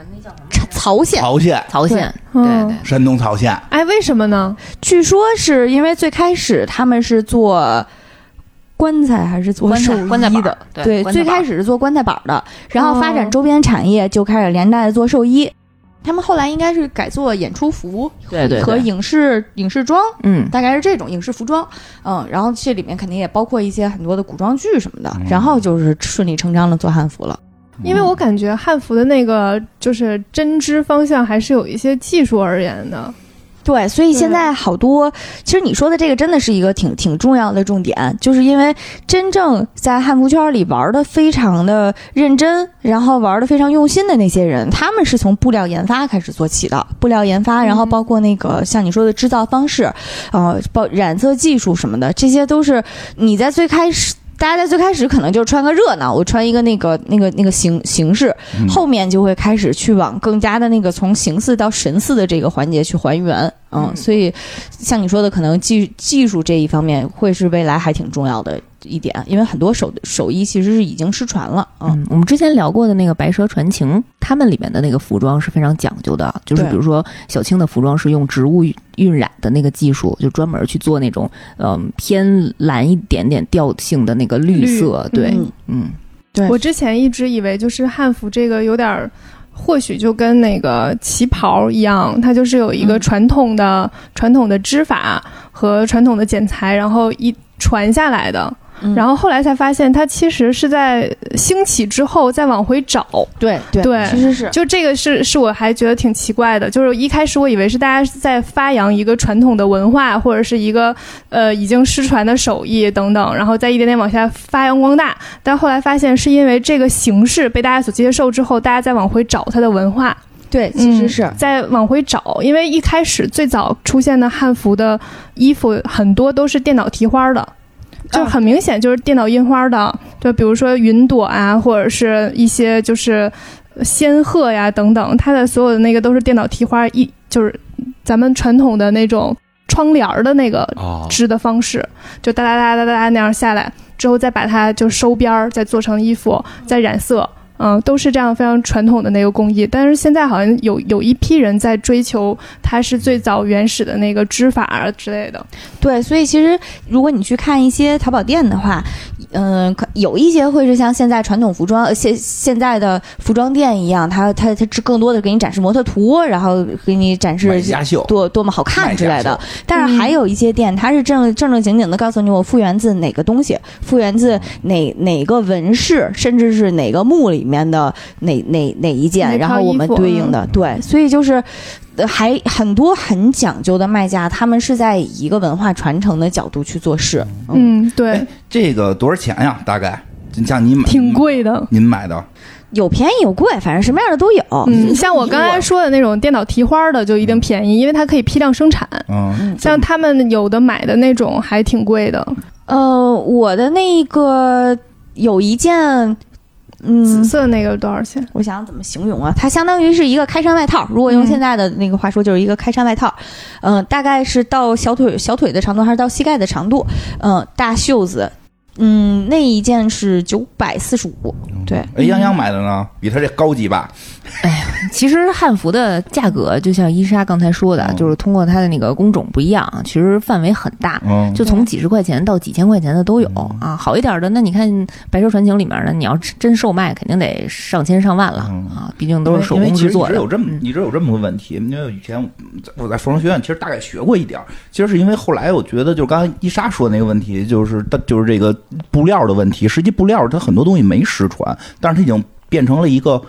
Speaker 5: 曹县，
Speaker 2: 曹县、
Speaker 6: 曹县，对
Speaker 1: 嗯
Speaker 6: 对，
Speaker 2: 山东曹县，
Speaker 1: 哎，为什么呢？
Speaker 5: 据说是因为最开始他们是做棺材还是做
Speaker 6: 棺
Speaker 5: 寿
Speaker 6: 材棺材
Speaker 5: 衣
Speaker 6: 板儿，
Speaker 5: 的对，
Speaker 6: 棺材
Speaker 5: 最
Speaker 6: 板
Speaker 5: 开
Speaker 6: 儿
Speaker 5: 始是做棺材板儿的，然后发
Speaker 1: 哦
Speaker 5: 展周边产业，就开始连带做寿衣。他们后来应该是改做演出服
Speaker 6: 对对
Speaker 5: 和
Speaker 6: 对，
Speaker 5: 影视影视装，
Speaker 6: 嗯，
Speaker 5: 大概是这种影视服装。嗯，然后这里面肯定也包括一些很多的古装剧什么的。然后就是顺理成章的做汉服了。
Speaker 2: 嗯
Speaker 1: 嗯因为我感觉汉服的那个就是针织方向还是有一些技术而言的。
Speaker 5: 对，所以
Speaker 1: 对
Speaker 5: 现在好多，其实你说的这个真的是一个挺挺重要的重点，就是因为真正在汉服圈里玩的非常的认真，然后玩的非常用心的那些人，他们是从布料研发开始做起的，布料研发，然后包括那个像你说的制造方式，呃，包染色技术什么的，这些都是你在最开始。大家在最开始可能就穿个热闹，我穿一个那个那个那个形形式，
Speaker 2: 嗯
Speaker 5: 后面就会开始去往更加的那个从形似到神似的这个环节去还原，嗯，
Speaker 6: 嗯
Speaker 5: 所以像你说的，可能技技术这一方面会是未来还挺重要的一点，因为很多手手艺其实是已经失传了，嗯，
Speaker 6: 嗯，我们之前聊过的那个《白蛇传情》，他们里面的那个服装是非常讲究的，啊就是
Speaker 5: 对
Speaker 6: 比如说小青的服装是用植物晕晕染的那个技术，就专门去做那种嗯偏蓝一点点调性的那个绿
Speaker 1: 绿
Speaker 6: 色，对，
Speaker 5: 嗯
Speaker 6: 嗯，
Speaker 5: 对
Speaker 1: 我之前一直以为就是汉服这个有点儿，或许就跟那个旗袍一样，它就是有一
Speaker 5: 嗯
Speaker 1: 个传统的、传统的织法和传统的剪裁，然后一传下来的。
Speaker 5: 嗯
Speaker 1: 然后后来才发现，它其实是在兴起之后再往回找。
Speaker 5: 对对
Speaker 1: 对
Speaker 5: 其实是
Speaker 1: 就这个是是我还觉得挺奇怪的，就是一开始我以为是大家在发扬一个传统的文化，或者是一个呃已经失传的手艺等等，然后再一点点往下发扬光大。但后来发现是因为这个形式被大家所接受之后，大家再往回找它的文化，
Speaker 5: 对，其实
Speaker 1: 嗯
Speaker 5: 是、
Speaker 1: 再往回找，因为一开始最早出现的汉服的衣服很多都是电脑提花的。
Speaker 5: 啊
Speaker 1: 就很明显就是电脑印花的，就比如说云朵啊，或者是一些就是仙鹤呀等等，它的所有的那个都是电脑提花，一就是咱们传统的那种窗帘儿的那个
Speaker 2: 哦
Speaker 1: 织的方式，就哒哒哒哒哒哒那样下来之后，再把它就收边儿，再做成衣服，再染色。嗯，都是这样非常传统的那个工艺，但是现在好像有有一批人在追求它是最早原始的那个织法啊之类的。
Speaker 5: 对，所以其实如果你去看一些淘宝店的话，嗯，可有一些会是像现在传统服装，呃现现在的服装店一样，它它它只更多的给你展示模特图，然后给你展
Speaker 2: 买
Speaker 5: 示
Speaker 2: 家秀，
Speaker 5: 多多么好
Speaker 2: 卖
Speaker 5: 看之
Speaker 2: 家
Speaker 5: 类
Speaker 2: 秀
Speaker 5: 的。但是还有一些店，它是正正正经经的告诉你，我复原自哪个东西，复原自
Speaker 2: 嗯
Speaker 5: 哪哪个纹饰，甚至是哪个墓里面的哪哪哪一件，
Speaker 1: 哪
Speaker 5: 然
Speaker 1: 套
Speaker 5: 后我
Speaker 1: 衣
Speaker 5: 们
Speaker 1: 服
Speaker 5: 对应
Speaker 2: 嗯
Speaker 5: 的对，所以就是。呃还很多很讲究的卖家，他们是在以一个文化传承的角度去做事。嗯，
Speaker 1: 嗯，对
Speaker 2: 哎，这个多少钱呀？大概像你买
Speaker 1: 挺，贵的。
Speaker 2: 您买的
Speaker 5: 有便宜有贵，反正什么样的都有。
Speaker 1: 嗯，像我刚才说的那种电脑提花的就一定便宜，因为它可以批量生产。
Speaker 2: 嗯，
Speaker 1: 像他们有的买的那种还挺贵的，
Speaker 5: 呃，我的那个有一件，
Speaker 1: 紫
Speaker 5: 嗯，
Speaker 1: 色那个多少钱？
Speaker 5: 我想怎么形容啊？它相当于是一个开衫外套，如果用
Speaker 1: 嗯
Speaker 5: 现在的那个话说，就是一个开衫外套。嗯、大概是到小腿小腿的长度，还是到膝盖的长度？嗯、大袖子。嗯，那一件是九百四十五，对，
Speaker 2: 哎，泱泱买的呢，比他这高级吧？
Speaker 6: 其实汉服的价格，就像伊莎刚才说的，啊
Speaker 2: 嗯
Speaker 6: 就是通过它的那个工种不一样，啊其实范围很大，
Speaker 2: 嗯，
Speaker 6: 就从几十块钱到几千块钱的都有啊。好一点的，那你看《白蛇传情》里面的，你要真售卖，肯定得上千上万了
Speaker 2: 嗯
Speaker 6: 啊，毕竟都是手
Speaker 2: 因为
Speaker 6: 工
Speaker 2: 其
Speaker 6: 制
Speaker 2: 实
Speaker 6: 作
Speaker 2: 一直
Speaker 6: 的嗯
Speaker 2: 有。这么一直有这么个问题，因为以前我在服装学院其实大概学过一点儿，其实是因为后来我觉得就是刚才伊莎说的那个问题，就是它就是这个布料的问题，实际布料它很多东西没失传，但是它已经变成了一个。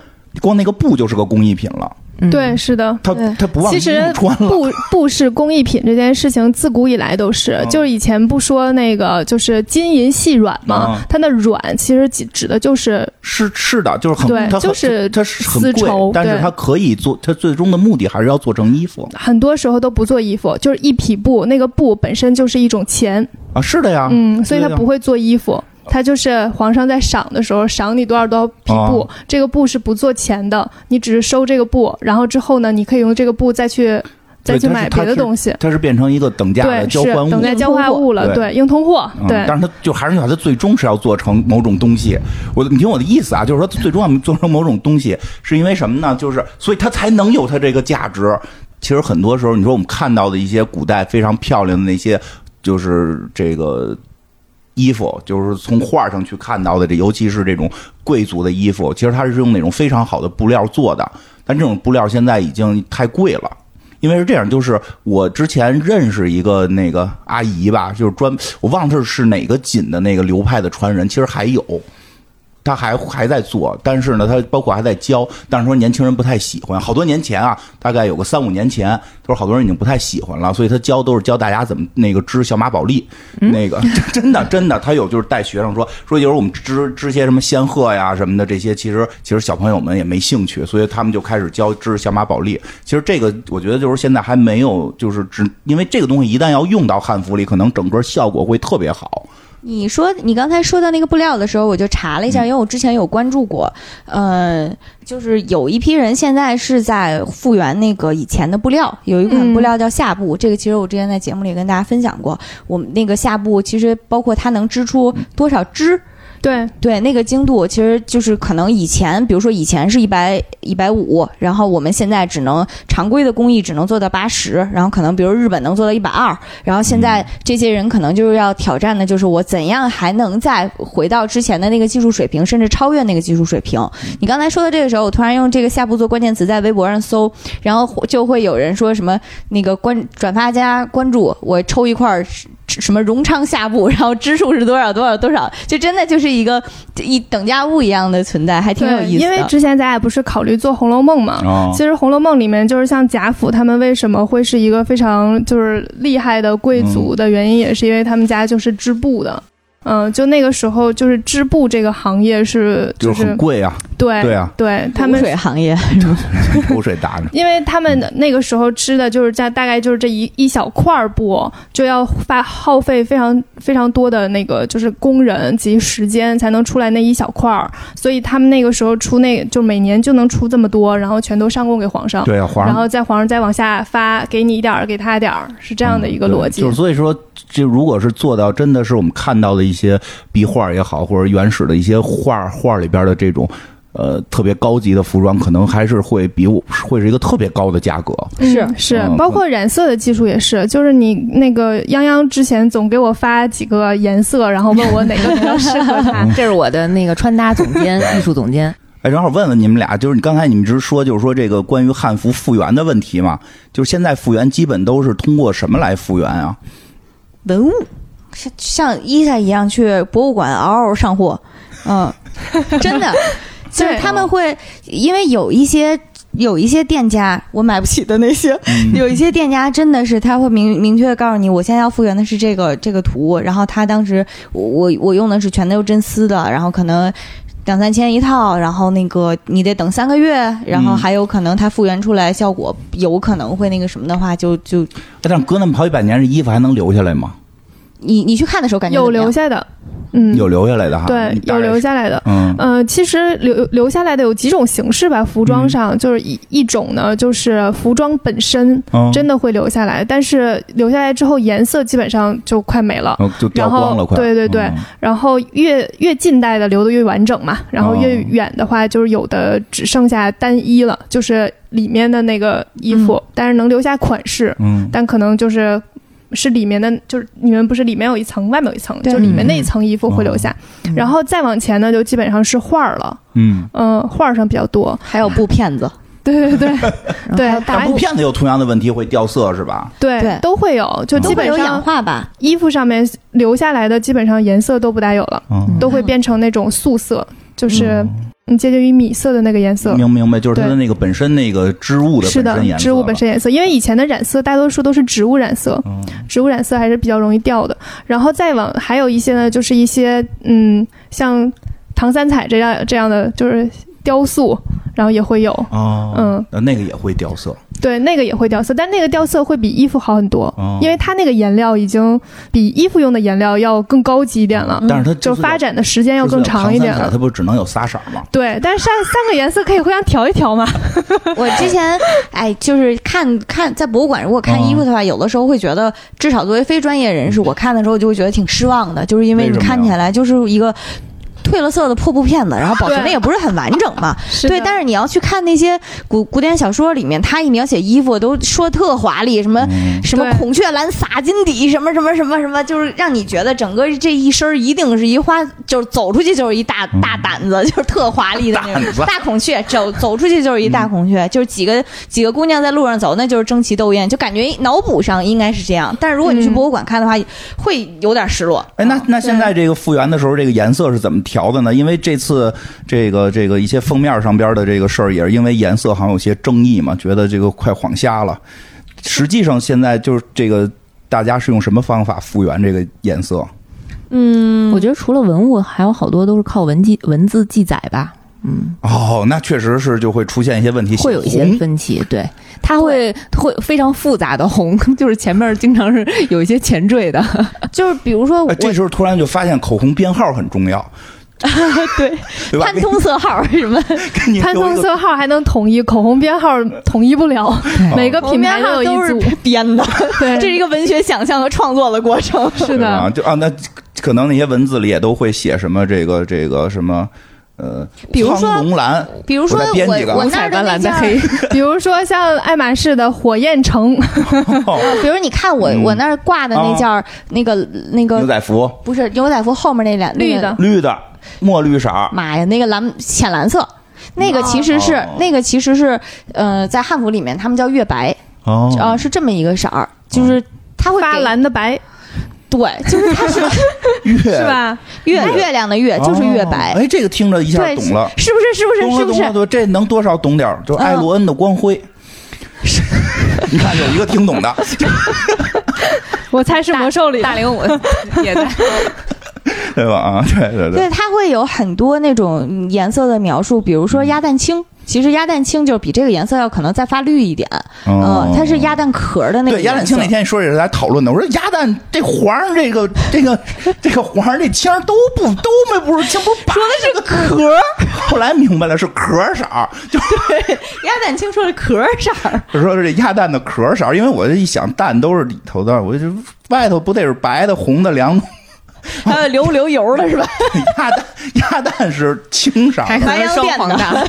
Speaker 2: 光那个布就是个工艺品了，
Speaker 6: 嗯
Speaker 1: 对，， 是的，
Speaker 2: 它
Speaker 1: 对
Speaker 2: 它不往
Speaker 1: 其
Speaker 2: 衣
Speaker 1: 实
Speaker 2: 服穿了，
Speaker 1: 布布是工艺品这件事情，自古以来都是，
Speaker 2: 嗯
Speaker 1: 就是以前不说那个就是金银细软嘛，
Speaker 2: 嗯
Speaker 1: 它那软其实指指的就是
Speaker 2: 是是的，就是很
Speaker 1: 对
Speaker 2: 它很
Speaker 1: 就是
Speaker 2: 它是很
Speaker 1: 丝
Speaker 2: 贵
Speaker 1: 绸，
Speaker 2: 但是
Speaker 1: 对
Speaker 2: 它可以做，它最终的目的还是要做成衣服
Speaker 1: 很多时候都不做衣服，就是一匹布，那个布本身就是一种钱，
Speaker 2: 啊，是的呀，
Speaker 1: 嗯，所以它
Speaker 2: 对呀
Speaker 1: 不会做衣服。它就是皇上在赏的时候赏你多少多少匹布，
Speaker 2: 哦
Speaker 1: 这个布是不做钱的，你只是收这个布，然后之后呢，你可以用这个布再去再
Speaker 2: 对
Speaker 1: 去
Speaker 2: 它是
Speaker 1: 买
Speaker 2: 它
Speaker 1: 别的
Speaker 2: 是
Speaker 1: 东西。
Speaker 2: 它是变成一个等价的
Speaker 1: 对，
Speaker 2: 交
Speaker 1: 是
Speaker 2: 换物，
Speaker 1: 等价交换物了，
Speaker 2: 对
Speaker 1: 对，硬通货，对
Speaker 2: 嗯，，但是它就还是要它最终是要做成某种东西。我你听我的意思啊，就是说最终要做成某种东西，是因为什么呢？就是所以它才能有它这个价值。其实很多时候，你说我们看到的一些古代非常漂亮的那些，就是这个。衣服就是从画上去看到的，这尤其是这种贵族的衣服，其实它是用那种非常好的布料做的，但这种布料现在已经太贵了。因为是这样，就是我之前认识一个那个阿姨吧，就是专我忘了她是哪个锦的那个流派的传人，其实还有，她还还在做，但是呢，她包括还在教，但是说年轻人不太喜欢。好多年前啊，大概有个三五年前，她说好多人已经不太喜欢了，所以她教都是教大家怎么那个织小马宝莉，那个 真的真的，她有就是带学生说说有时候我们织织些什么仙鹤呀什么的这些，其实其实小朋友们也没兴趣，所以他们就开始教织小马宝莉。其实这个我觉得就是现在还没有，就是只因为这个东西一旦要用到汉服里，可能整个效果会特别好。
Speaker 5: 你说你刚才说到那个布料的时候，我就查了一下，因为我之前有关注过，呃，就是有一批人现在是在复原那个以前的布料，有一款
Speaker 1: 嗯
Speaker 5: 布料叫夏布，这个其实我之前在节目里跟大家分享过，我们那个夏布其实包括它能织出多少织，
Speaker 1: 对，
Speaker 5: 对，那个精度其实就是可能以前，比如说以前是一百一百五，然后我们现在只能常规的工艺只能做到八十，然后可能比如日本能做到一百二，然后现在这些人可能就是要挑战的就是我怎样还能再回到之前的那个技术水平，甚至超越那个技术水平。你刚才说的这个时候，我突然用这个下部做关键词在微博上搜，然后就会有人说什么那个关转发加关注，我抽一块儿什么荣昌下部，然后支数是多少多少多少，就真的就是一个一等价物一样的存在，还挺有
Speaker 1: 对
Speaker 5: 意思
Speaker 1: 因
Speaker 5: 的。
Speaker 1: 为之前咱俩不是考虑做《红楼梦》嘛，
Speaker 2: 哦
Speaker 1: 其实《红楼梦》里面就是像贾府他们为什么会是一个非常就是厉害的贵族的原因，也是因为他们家就是织布的。嗯，就那个时候，就是织布这个行业是，哎
Speaker 2: 就是是很贵啊，
Speaker 1: 对
Speaker 2: 对 啊
Speaker 1: 对他们
Speaker 5: 流水行业，
Speaker 2: 口水打着。
Speaker 1: 因为他们那个时候织的就是在大概就是这一一小块儿布，就要发耗费非常非常多的那个就是工人及时间才能出来那一小块儿，所以他们那个时候出那就每年就能出这么多，然后全都上供给皇上，
Speaker 2: 对啊，皇
Speaker 1: 然
Speaker 2: 上
Speaker 1: 后再皇上再往下发，给你一点儿，给他点儿，是这样的一个
Speaker 2: 嗯对
Speaker 1: 逻辑。
Speaker 2: 就是所以说，这如果是做到真的是我们看到的一些壁画也好，或者原始的一些画画里边的这种。呃，特别高级的服装可能还是会比我会是一个特别高的价格，
Speaker 1: 是是
Speaker 2: 嗯，
Speaker 1: 包括染色的技术也是，就是你那个泱泱之前总给我发几个颜色，然后问我哪个比较适合他。
Speaker 6: 这是我的那个穿搭总 监、艺术总监，
Speaker 2: 哎，正好问问你们俩，就是你刚才你们一直说，就是说这个关于汉服复原的问题嘛，就是现在复原基本都是通过什么来复原啊？
Speaker 5: 文物像像伊莎一样去博物馆嗷嗷上货，嗯，真的，就是他们会因为有一些。有一些店家我买不起的那些，有一些店家真的是他会明明确地告诉你，我现在要复原的是这个这个图，然后他当时我我我用的是全都是真丝的，然后可能两三千一套，然后那个你得等三个月，然后
Speaker 2: 嗯
Speaker 5: 还有可能它复原出来效果有可能会那个什么的话，就就
Speaker 1: 嗯
Speaker 2: 哎但是隔那么好几百年，这衣服还能留下来吗？
Speaker 5: 你你去看的时候感 觉
Speaker 1: 有
Speaker 5: 怎么样
Speaker 1: 留下的，嗯，
Speaker 2: 有留下来的哈，
Speaker 1: 对
Speaker 2: 你，大
Speaker 1: 有
Speaker 2: 概
Speaker 1: 留
Speaker 2: 是，
Speaker 1: 下来的。
Speaker 2: 嗯
Speaker 1: 呃，其实留留下来的有几种形式吧，服装
Speaker 2: 嗯
Speaker 1: 上、就是一一种呢，就是服装本身
Speaker 2: 嗯，
Speaker 1: 呃真的会留下来，但是留下来之后颜色基本上就快没了。
Speaker 2: 哦就掉
Speaker 1: 然后
Speaker 2: 光了，快，
Speaker 1: 对对对
Speaker 2: 嗯
Speaker 1: 然后越越近代的留的越完整嘛，然后越
Speaker 2: 哦
Speaker 1: 远的话就是有的只剩下单一了，就是里面的那个衣服，但是能留下款式，
Speaker 2: 嗯，
Speaker 1: 但可能就是是里面的，就是你们不是里面有一层，外面有一层，
Speaker 5: 对
Speaker 1: 就里面那一层衣服会留下，
Speaker 6: 嗯
Speaker 1: 然后再往前呢，就基本上是画儿了，
Speaker 2: 嗯，
Speaker 1: 嗯、画儿上比较多，
Speaker 5: 还有布片子，
Speaker 1: 对对对对，
Speaker 2: 但
Speaker 1: 大
Speaker 2: 布片子有同样的问题，会掉色是吧？
Speaker 1: 对
Speaker 5: 对
Speaker 1: 都会有，就 基
Speaker 5: 都会
Speaker 1: 本
Speaker 5: 有氧
Speaker 1: 上
Speaker 5: 化 吧？
Speaker 1: 衣服上面留下来的基本上颜色都不大有了，
Speaker 2: 嗯，
Speaker 1: 都会变成那种素色，就是嗯接近于米色的那个颜色。
Speaker 2: 明明白，就是它的
Speaker 1: 对
Speaker 2: 那个本身那个织物
Speaker 1: 是
Speaker 2: 本
Speaker 1: 的
Speaker 2: 身颜，色，
Speaker 1: 植物本，身颜色，因为以前的染色大多数都是植物染色，
Speaker 2: 嗯
Speaker 1: 植物染色还是比较容易掉的。然后再往还有一些呢，就是一些嗯，像唐三彩这样这样的，就是雕塑，然后也会有，
Speaker 2: 哦，
Speaker 1: 嗯
Speaker 2: 呃，那个也会掉色，
Speaker 1: 对，那个也会掉色，但那个掉色会比衣服好很多，
Speaker 2: 哦
Speaker 1: 因为它那个颜料已经比衣服用的颜料要更高级一点了，
Speaker 2: 嗯但是它
Speaker 1: 就
Speaker 2: 这次
Speaker 1: 发
Speaker 2: 有
Speaker 1: 展的时间要
Speaker 2: 这次
Speaker 1: 更
Speaker 2: 有
Speaker 1: 长
Speaker 2: 唐
Speaker 1: 一
Speaker 2: 三
Speaker 1: 点
Speaker 2: 彩
Speaker 1: 了。
Speaker 2: 它不只能有仨色儿吗？
Speaker 1: 对，但是三三个颜色可以互相调一调嘛。
Speaker 5: 我之前哎，就是看看在博物馆，如果
Speaker 1: 哦
Speaker 5: 看衣服的话，有的时候会觉得，至少作为非专业人士，我看的时候就会觉得挺失望的，就是因
Speaker 2: 为
Speaker 5: 为你
Speaker 2: 什么呀
Speaker 5: 看起来就是一个褪了色的破布片子，然后保存的
Speaker 1: 对
Speaker 5: 也不是很完 整嘛。
Speaker 1: 是
Speaker 5: 对，但是你要去看那些古古典小说里面，他一描写衣服都说特华丽，什么
Speaker 2: 嗯
Speaker 5: 什么
Speaker 1: 对
Speaker 5: 孔雀蓝洒金底，什么什么什么什么，就是让你觉得整个这一身儿一定是一花，就是走出去就是一大
Speaker 2: 嗯
Speaker 5: 大胆子，就是特华丽的那
Speaker 2: 胆子
Speaker 5: 种大孔雀，走走出去就是一大孔雀，就是几个几个姑娘在路上走，那就是争奇斗艳，就感觉脑补上应该是这样，但是如果你去
Speaker 1: 嗯
Speaker 5: 博物馆看的话，会有点失落。嗯
Speaker 2: 哎，那那现在这个复原的时候，这个颜色是怎么调的呢？因为这次这个这个一些封面上边的这个事儿，也是因为颜色好像有些争议嘛，觉得这个快晃瞎了。实际上现在就是这个，大家是用什么方法复原这个颜色？
Speaker 6: 我觉得除了文物，还有好多都是靠文记文字记载吧。嗯，
Speaker 2: 哦，那确实是就会出现一些问题，
Speaker 6: 会有一些
Speaker 2: 红
Speaker 6: 分歧，对，它会会非常复杂的红， 就是前面经常是有一些前缀的，
Speaker 5: 就是比如说我
Speaker 2: 哎，这时候突然就发现口红编号很重要，对对吧
Speaker 5: 潘？通色号什么，
Speaker 2: 跟你
Speaker 1: 潘
Speaker 2: 留一
Speaker 1: 通
Speaker 2: 个哦
Speaker 1: 色号还能统一，口红编号统一不了，每个品牌有
Speaker 5: 都
Speaker 1: 一
Speaker 5: 是
Speaker 1: 组。
Speaker 5: 编的，
Speaker 1: 对，
Speaker 5: 这是一个文学想象和创作的过程。
Speaker 1: 是
Speaker 2: 对吧
Speaker 1: 的，
Speaker 2: 就啊，那可能那些文字里也都会写什么这个这个什么呃，
Speaker 5: 比如说
Speaker 2: 苍龙蓝，
Speaker 5: 比如说
Speaker 2: 我再编几个
Speaker 5: 我我那儿的那件儿，
Speaker 1: 比如说像爱马仕的火焰橙，
Speaker 2: 哦
Speaker 5: 比如你看我
Speaker 2: 嗯
Speaker 5: 我那儿挂的那件儿那个那
Speaker 2: 牛
Speaker 5: 个
Speaker 2: 仔服
Speaker 5: 不是牛仔服后面那俩
Speaker 1: 绿的，
Speaker 5: 那个
Speaker 2: 绿的墨绿色儿，
Speaker 5: 妈呀，那个蓝浅蓝色。那个其实是
Speaker 2: 哦
Speaker 5: 那个其实是，呃，在汉服里面他们叫月白，
Speaker 2: 哦
Speaker 5: 啊，是这么一个色儿，就是它会
Speaker 1: 发
Speaker 5: 给，
Speaker 1: 蓝的白，
Speaker 5: 对，就是它是
Speaker 2: 月
Speaker 1: 是吧？
Speaker 5: 月月亮的月，就是月白
Speaker 2: 哦哦，哎，这个听着一下
Speaker 5: 对
Speaker 2: 懂了。
Speaker 5: 是不是？是不是？
Speaker 2: 懂
Speaker 5: 是
Speaker 2: 了
Speaker 5: 不
Speaker 2: 懂了，
Speaker 5: 是？嗯
Speaker 2: 懂了这能多少懂点儿，就是艾罗恩的光 辉。你看有一个听懂的，
Speaker 1: 我猜是魔兽里的。
Speaker 6: 龄我也在，
Speaker 2: 对吧？啊，对对对，
Speaker 5: 对，它会有很多那种颜色的描述，比如
Speaker 2: 嗯
Speaker 5: 说鸭蛋青，其实鸭蛋青就是比这个颜色要可能再发绿一点，
Speaker 2: 哦
Speaker 5: 嗯，它是鸭蛋壳儿的那个
Speaker 2: 对，鸭蛋清那
Speaker 5: 颜色
Speaker 2: 天说也是来讨论的，我说鸭蛋这黄儿这个 这个这个黄儿这青儿都不都没不是青，不说的是个壳儿。后来明白了是壳儿色儿， 就
Speaker 5: 鸭蛋清说是壳儿色儿，
Speaker 2: 就说这鸭蛋的壳儿色儿，因为我这一想蛋都是里头的，我就外头不得是白的、红的 两种，
Speaker 5: 还有流不流油 了是吧？
Speaker 2: 鸭蛋鸭蛋是青色儿
Speaker 6: 还
Speaker 2: 的。
Speaker 6: 可能是双黄
Speaker 5: 白
Speaker 6: 大，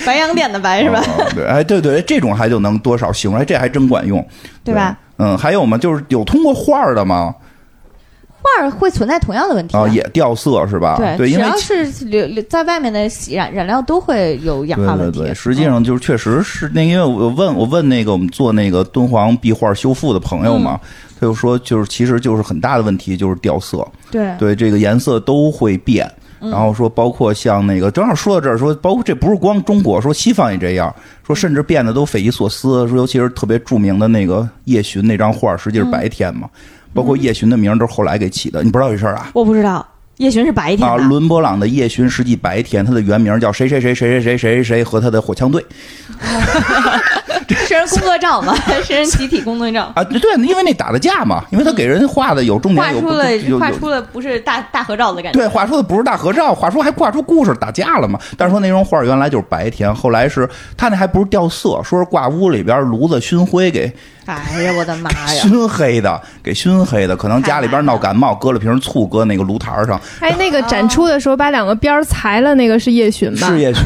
Speaker 5: 白洋淀的白是吧？
Speaker 2: 哦对， 哎，对对，这种还就能多少形容，哎，这还真管用，
Speaker 5: 对吧？
Speaker 2: 嗯，还有吗？就是有通过画儿的吗？
Speaker 5: 画儿会存在同样的问题
Speaker 2: 啊，也掉色是吧？
Speaker 5: 对，
Speaker 2: 对，因
Speaker 5: 只
Speaker 2: 为
Speaker 5: 要是流流在外面的染染料都会有氧化
Speaker 2: 对对
Speaker 5: 问题。
Speaker 2: 对，实际
Speaker 5: 嗯
Speaker 2: 上就是确实是那，因为我问我问那个我们做那个敦煌壁画修复的朋友
Speaker 5: 嗯
Speaker 2: 嘛，他就说就是其实就是很大的问题就是掉色，
Speaker 5: 对嗯
Speaker 2: 对这个颜色都会变。然后说，包括像那个，正好说到这儿，说包括这不是光中国，说西方也这样，说甚至变得都匪夷所思。说尤其是特别著名的那个夜巡那张画，实际是
Speaker 5: 嗯
Speaker 2: 白天嘛，包括夜巡的名儿都是后来给起的，你不知道这事儿啊？
Speaker 5: 我不知道夜巡是白天
Speaker 2: 啊，
Speaker 5: 的，
Speaker 2: 伦勃朗的《夜巡》实际白天，他的原名叫谁谁谁谁谁谁谁谁谁和他的火枪队，
Speaker 5: 谁人工作照 嘛，十人集体工作 照，
Speaker 2: 啊，对，因为那打的架嘛，因为他给人画的有重
Speaker 5: 画
Speaker 2: 点，有有
Speaker 5: 出
Speaker 2: 有
Speaker 5: 了画
Speaker 2: 有
Speaker 5: 出了不是大大合照的感觉。
Speaker 2: 对，画出的不是大合照，画出还画出故事打架了嘛？但是说那张画原来就是白天，后来是他那还不是掉色，说是挂屋里边炉子熏灰给
Speaker 5: 哎呀，我的妈呀！
Speaker 2: 熏黑的，给熏黑的，可能家里边闹感冒，搁了瓶醋搁那个炉台上，
Speaker 1: 哎，那个展出的时候把两个边儿裁了，那个是夜巡吧？
Speaker 2: 是 夜巡。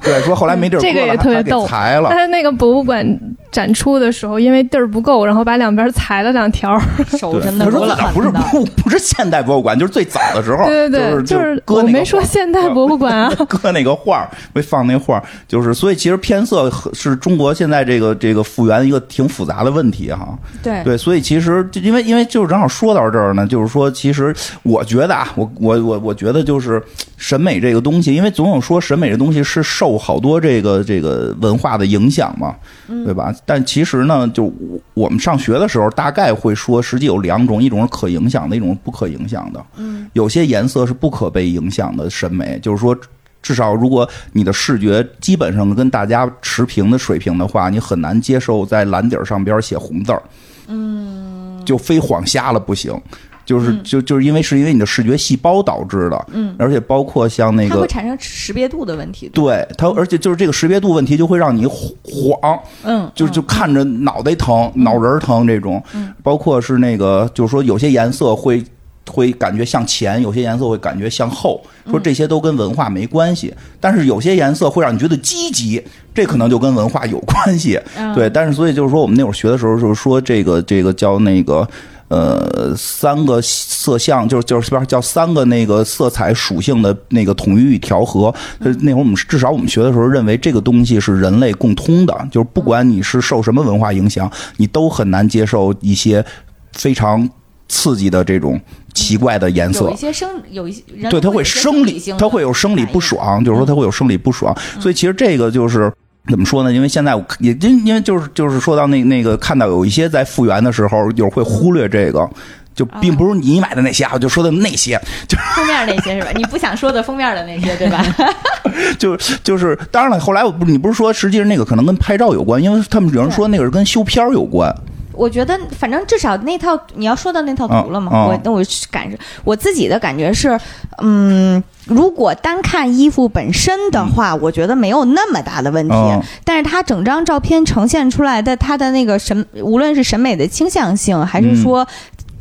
Speaker 2: 对，说后来没地儿搁
Speaker 1: 这
Speaker 2: 了，
Speaker 1: 个也特别
Speaker 2: 还给
Speaker 1: 逗哎
Speaker 2: 裁了
Speaker 1: 但。是那个博物馆展出的时候，因为地儿不够，然后把两边裁了两条儿。
Speaker 2: 对，
Speaker 4: 手真的
Speaker 2: 他说
Speaker 4: 多了，
Speaker 2: 不是不不是现代博物馆，就是最早的时候，
Speaker 1: 对对对，
Speaker 2: 哦就是搁
Speaker 1: 我
Speaker 2: 那个
Speaker 1: 没说现代博物馆 啊。
Speaker 2: 搁那个画儿，没放那画儿，就是所以其实偏色和是中国现在这个这个复原一个挺复杂的问题哈。
Speaker 5: 对
Speaker 2: 对，所以其实就因为因为就是正好说到这儿呢，就是说其实我觉得啊，我我我我觉得就是审美这个东西，因为总有说审美这东西是受好多这个这个文化的影响嘛，对吧？但其实呢，就我我们上学的时候大概会说，实际有两种，一种是可影响的，一种是不可影响的。嗯，有些颜色是不可被影响的审美，就是说。至少，如果你的视觉基本上跟大家持平的水平的话，你很难接受在蓝底儿上边写红字儿。
Speaker 5: 嗯
Speaker 2: 就非晃瞎了不行，就是就就是因为是因为你的视觉细胞导致的，嗯，而且包括像那
Speaker 5: 它会
Speaker 2: 个。
Speaker 5: 产生识别度的问题。
Speaker 2: 对它，而且就是这个识别度问题，就会让你晃，
Speaker 5: 嗯，
Speaker 2: 就就看着脑袋疼、脑仁儿疼这种，包括是那个，就是说有些颜色会会感觉向前，有些颜色会感觉向后，说这些都跟文化没关系，但是有些颜色会让你觉得积极，这可能就跟文化有关系，
Speaker 5: 嗯
Speaker 2: 对。但是所以就是说，我们那会儿学的时候就是说这个这个叫那个。呃，三个色相就是就是不是叫三个那个色彩属性的那个统一与调和。就是那会儿我们至少我们学的时候认为这个东西是人类共通的，就是不管你是受什么文化影响，你都很难接受一些非常刺激的这种奇怪的颜色
Speaker 5: 有一。些生有一些人
Speaker 2: 对，它
Speaker 5: 有
Speaker 2: 会
Speaker 5: 一些
Speaker 2: 生
Speaker 5: 理
Speaker 2: 理
Speaker 5: 性，的
Speaker 2: 它会有生理
Speaker 5: 反应嗯
Speaker 2: 不。爽，就是说它会有生理不爽。所以其实这个就是。怎么说呢？因为现在我也因因为就是就是说到那那个看到有一些在复原的时候，有会忽略这个，就
Speaker 5: 啊
Speaker 2: 并不是你买的那些啊，就说的那些，
Speaker 5: 封面那些是吧？你不想说的封面的那些对吧？
Speaker 2: 就就是当然了。后来我不你不是说，实际上那个可能跟拍照有关，因为他们有人说那个是跟修片儿有关。
Speaker 5: 我觉得，反正至少那套你要说到那套图了嘛，
Speaker 2: 嗯嗯
Speaker 5: 我那我是感受我自己的感觉是，嗯，如果单看衣服本身的话，我觉得没有那么大的问题。
Speaker 2: 嗯
Speaker 5: 但是它整张照片呈现出来的，它的那个审，无论是审美的倾向性，还
Speaker 2: 嗯
Speaker 5: 是说，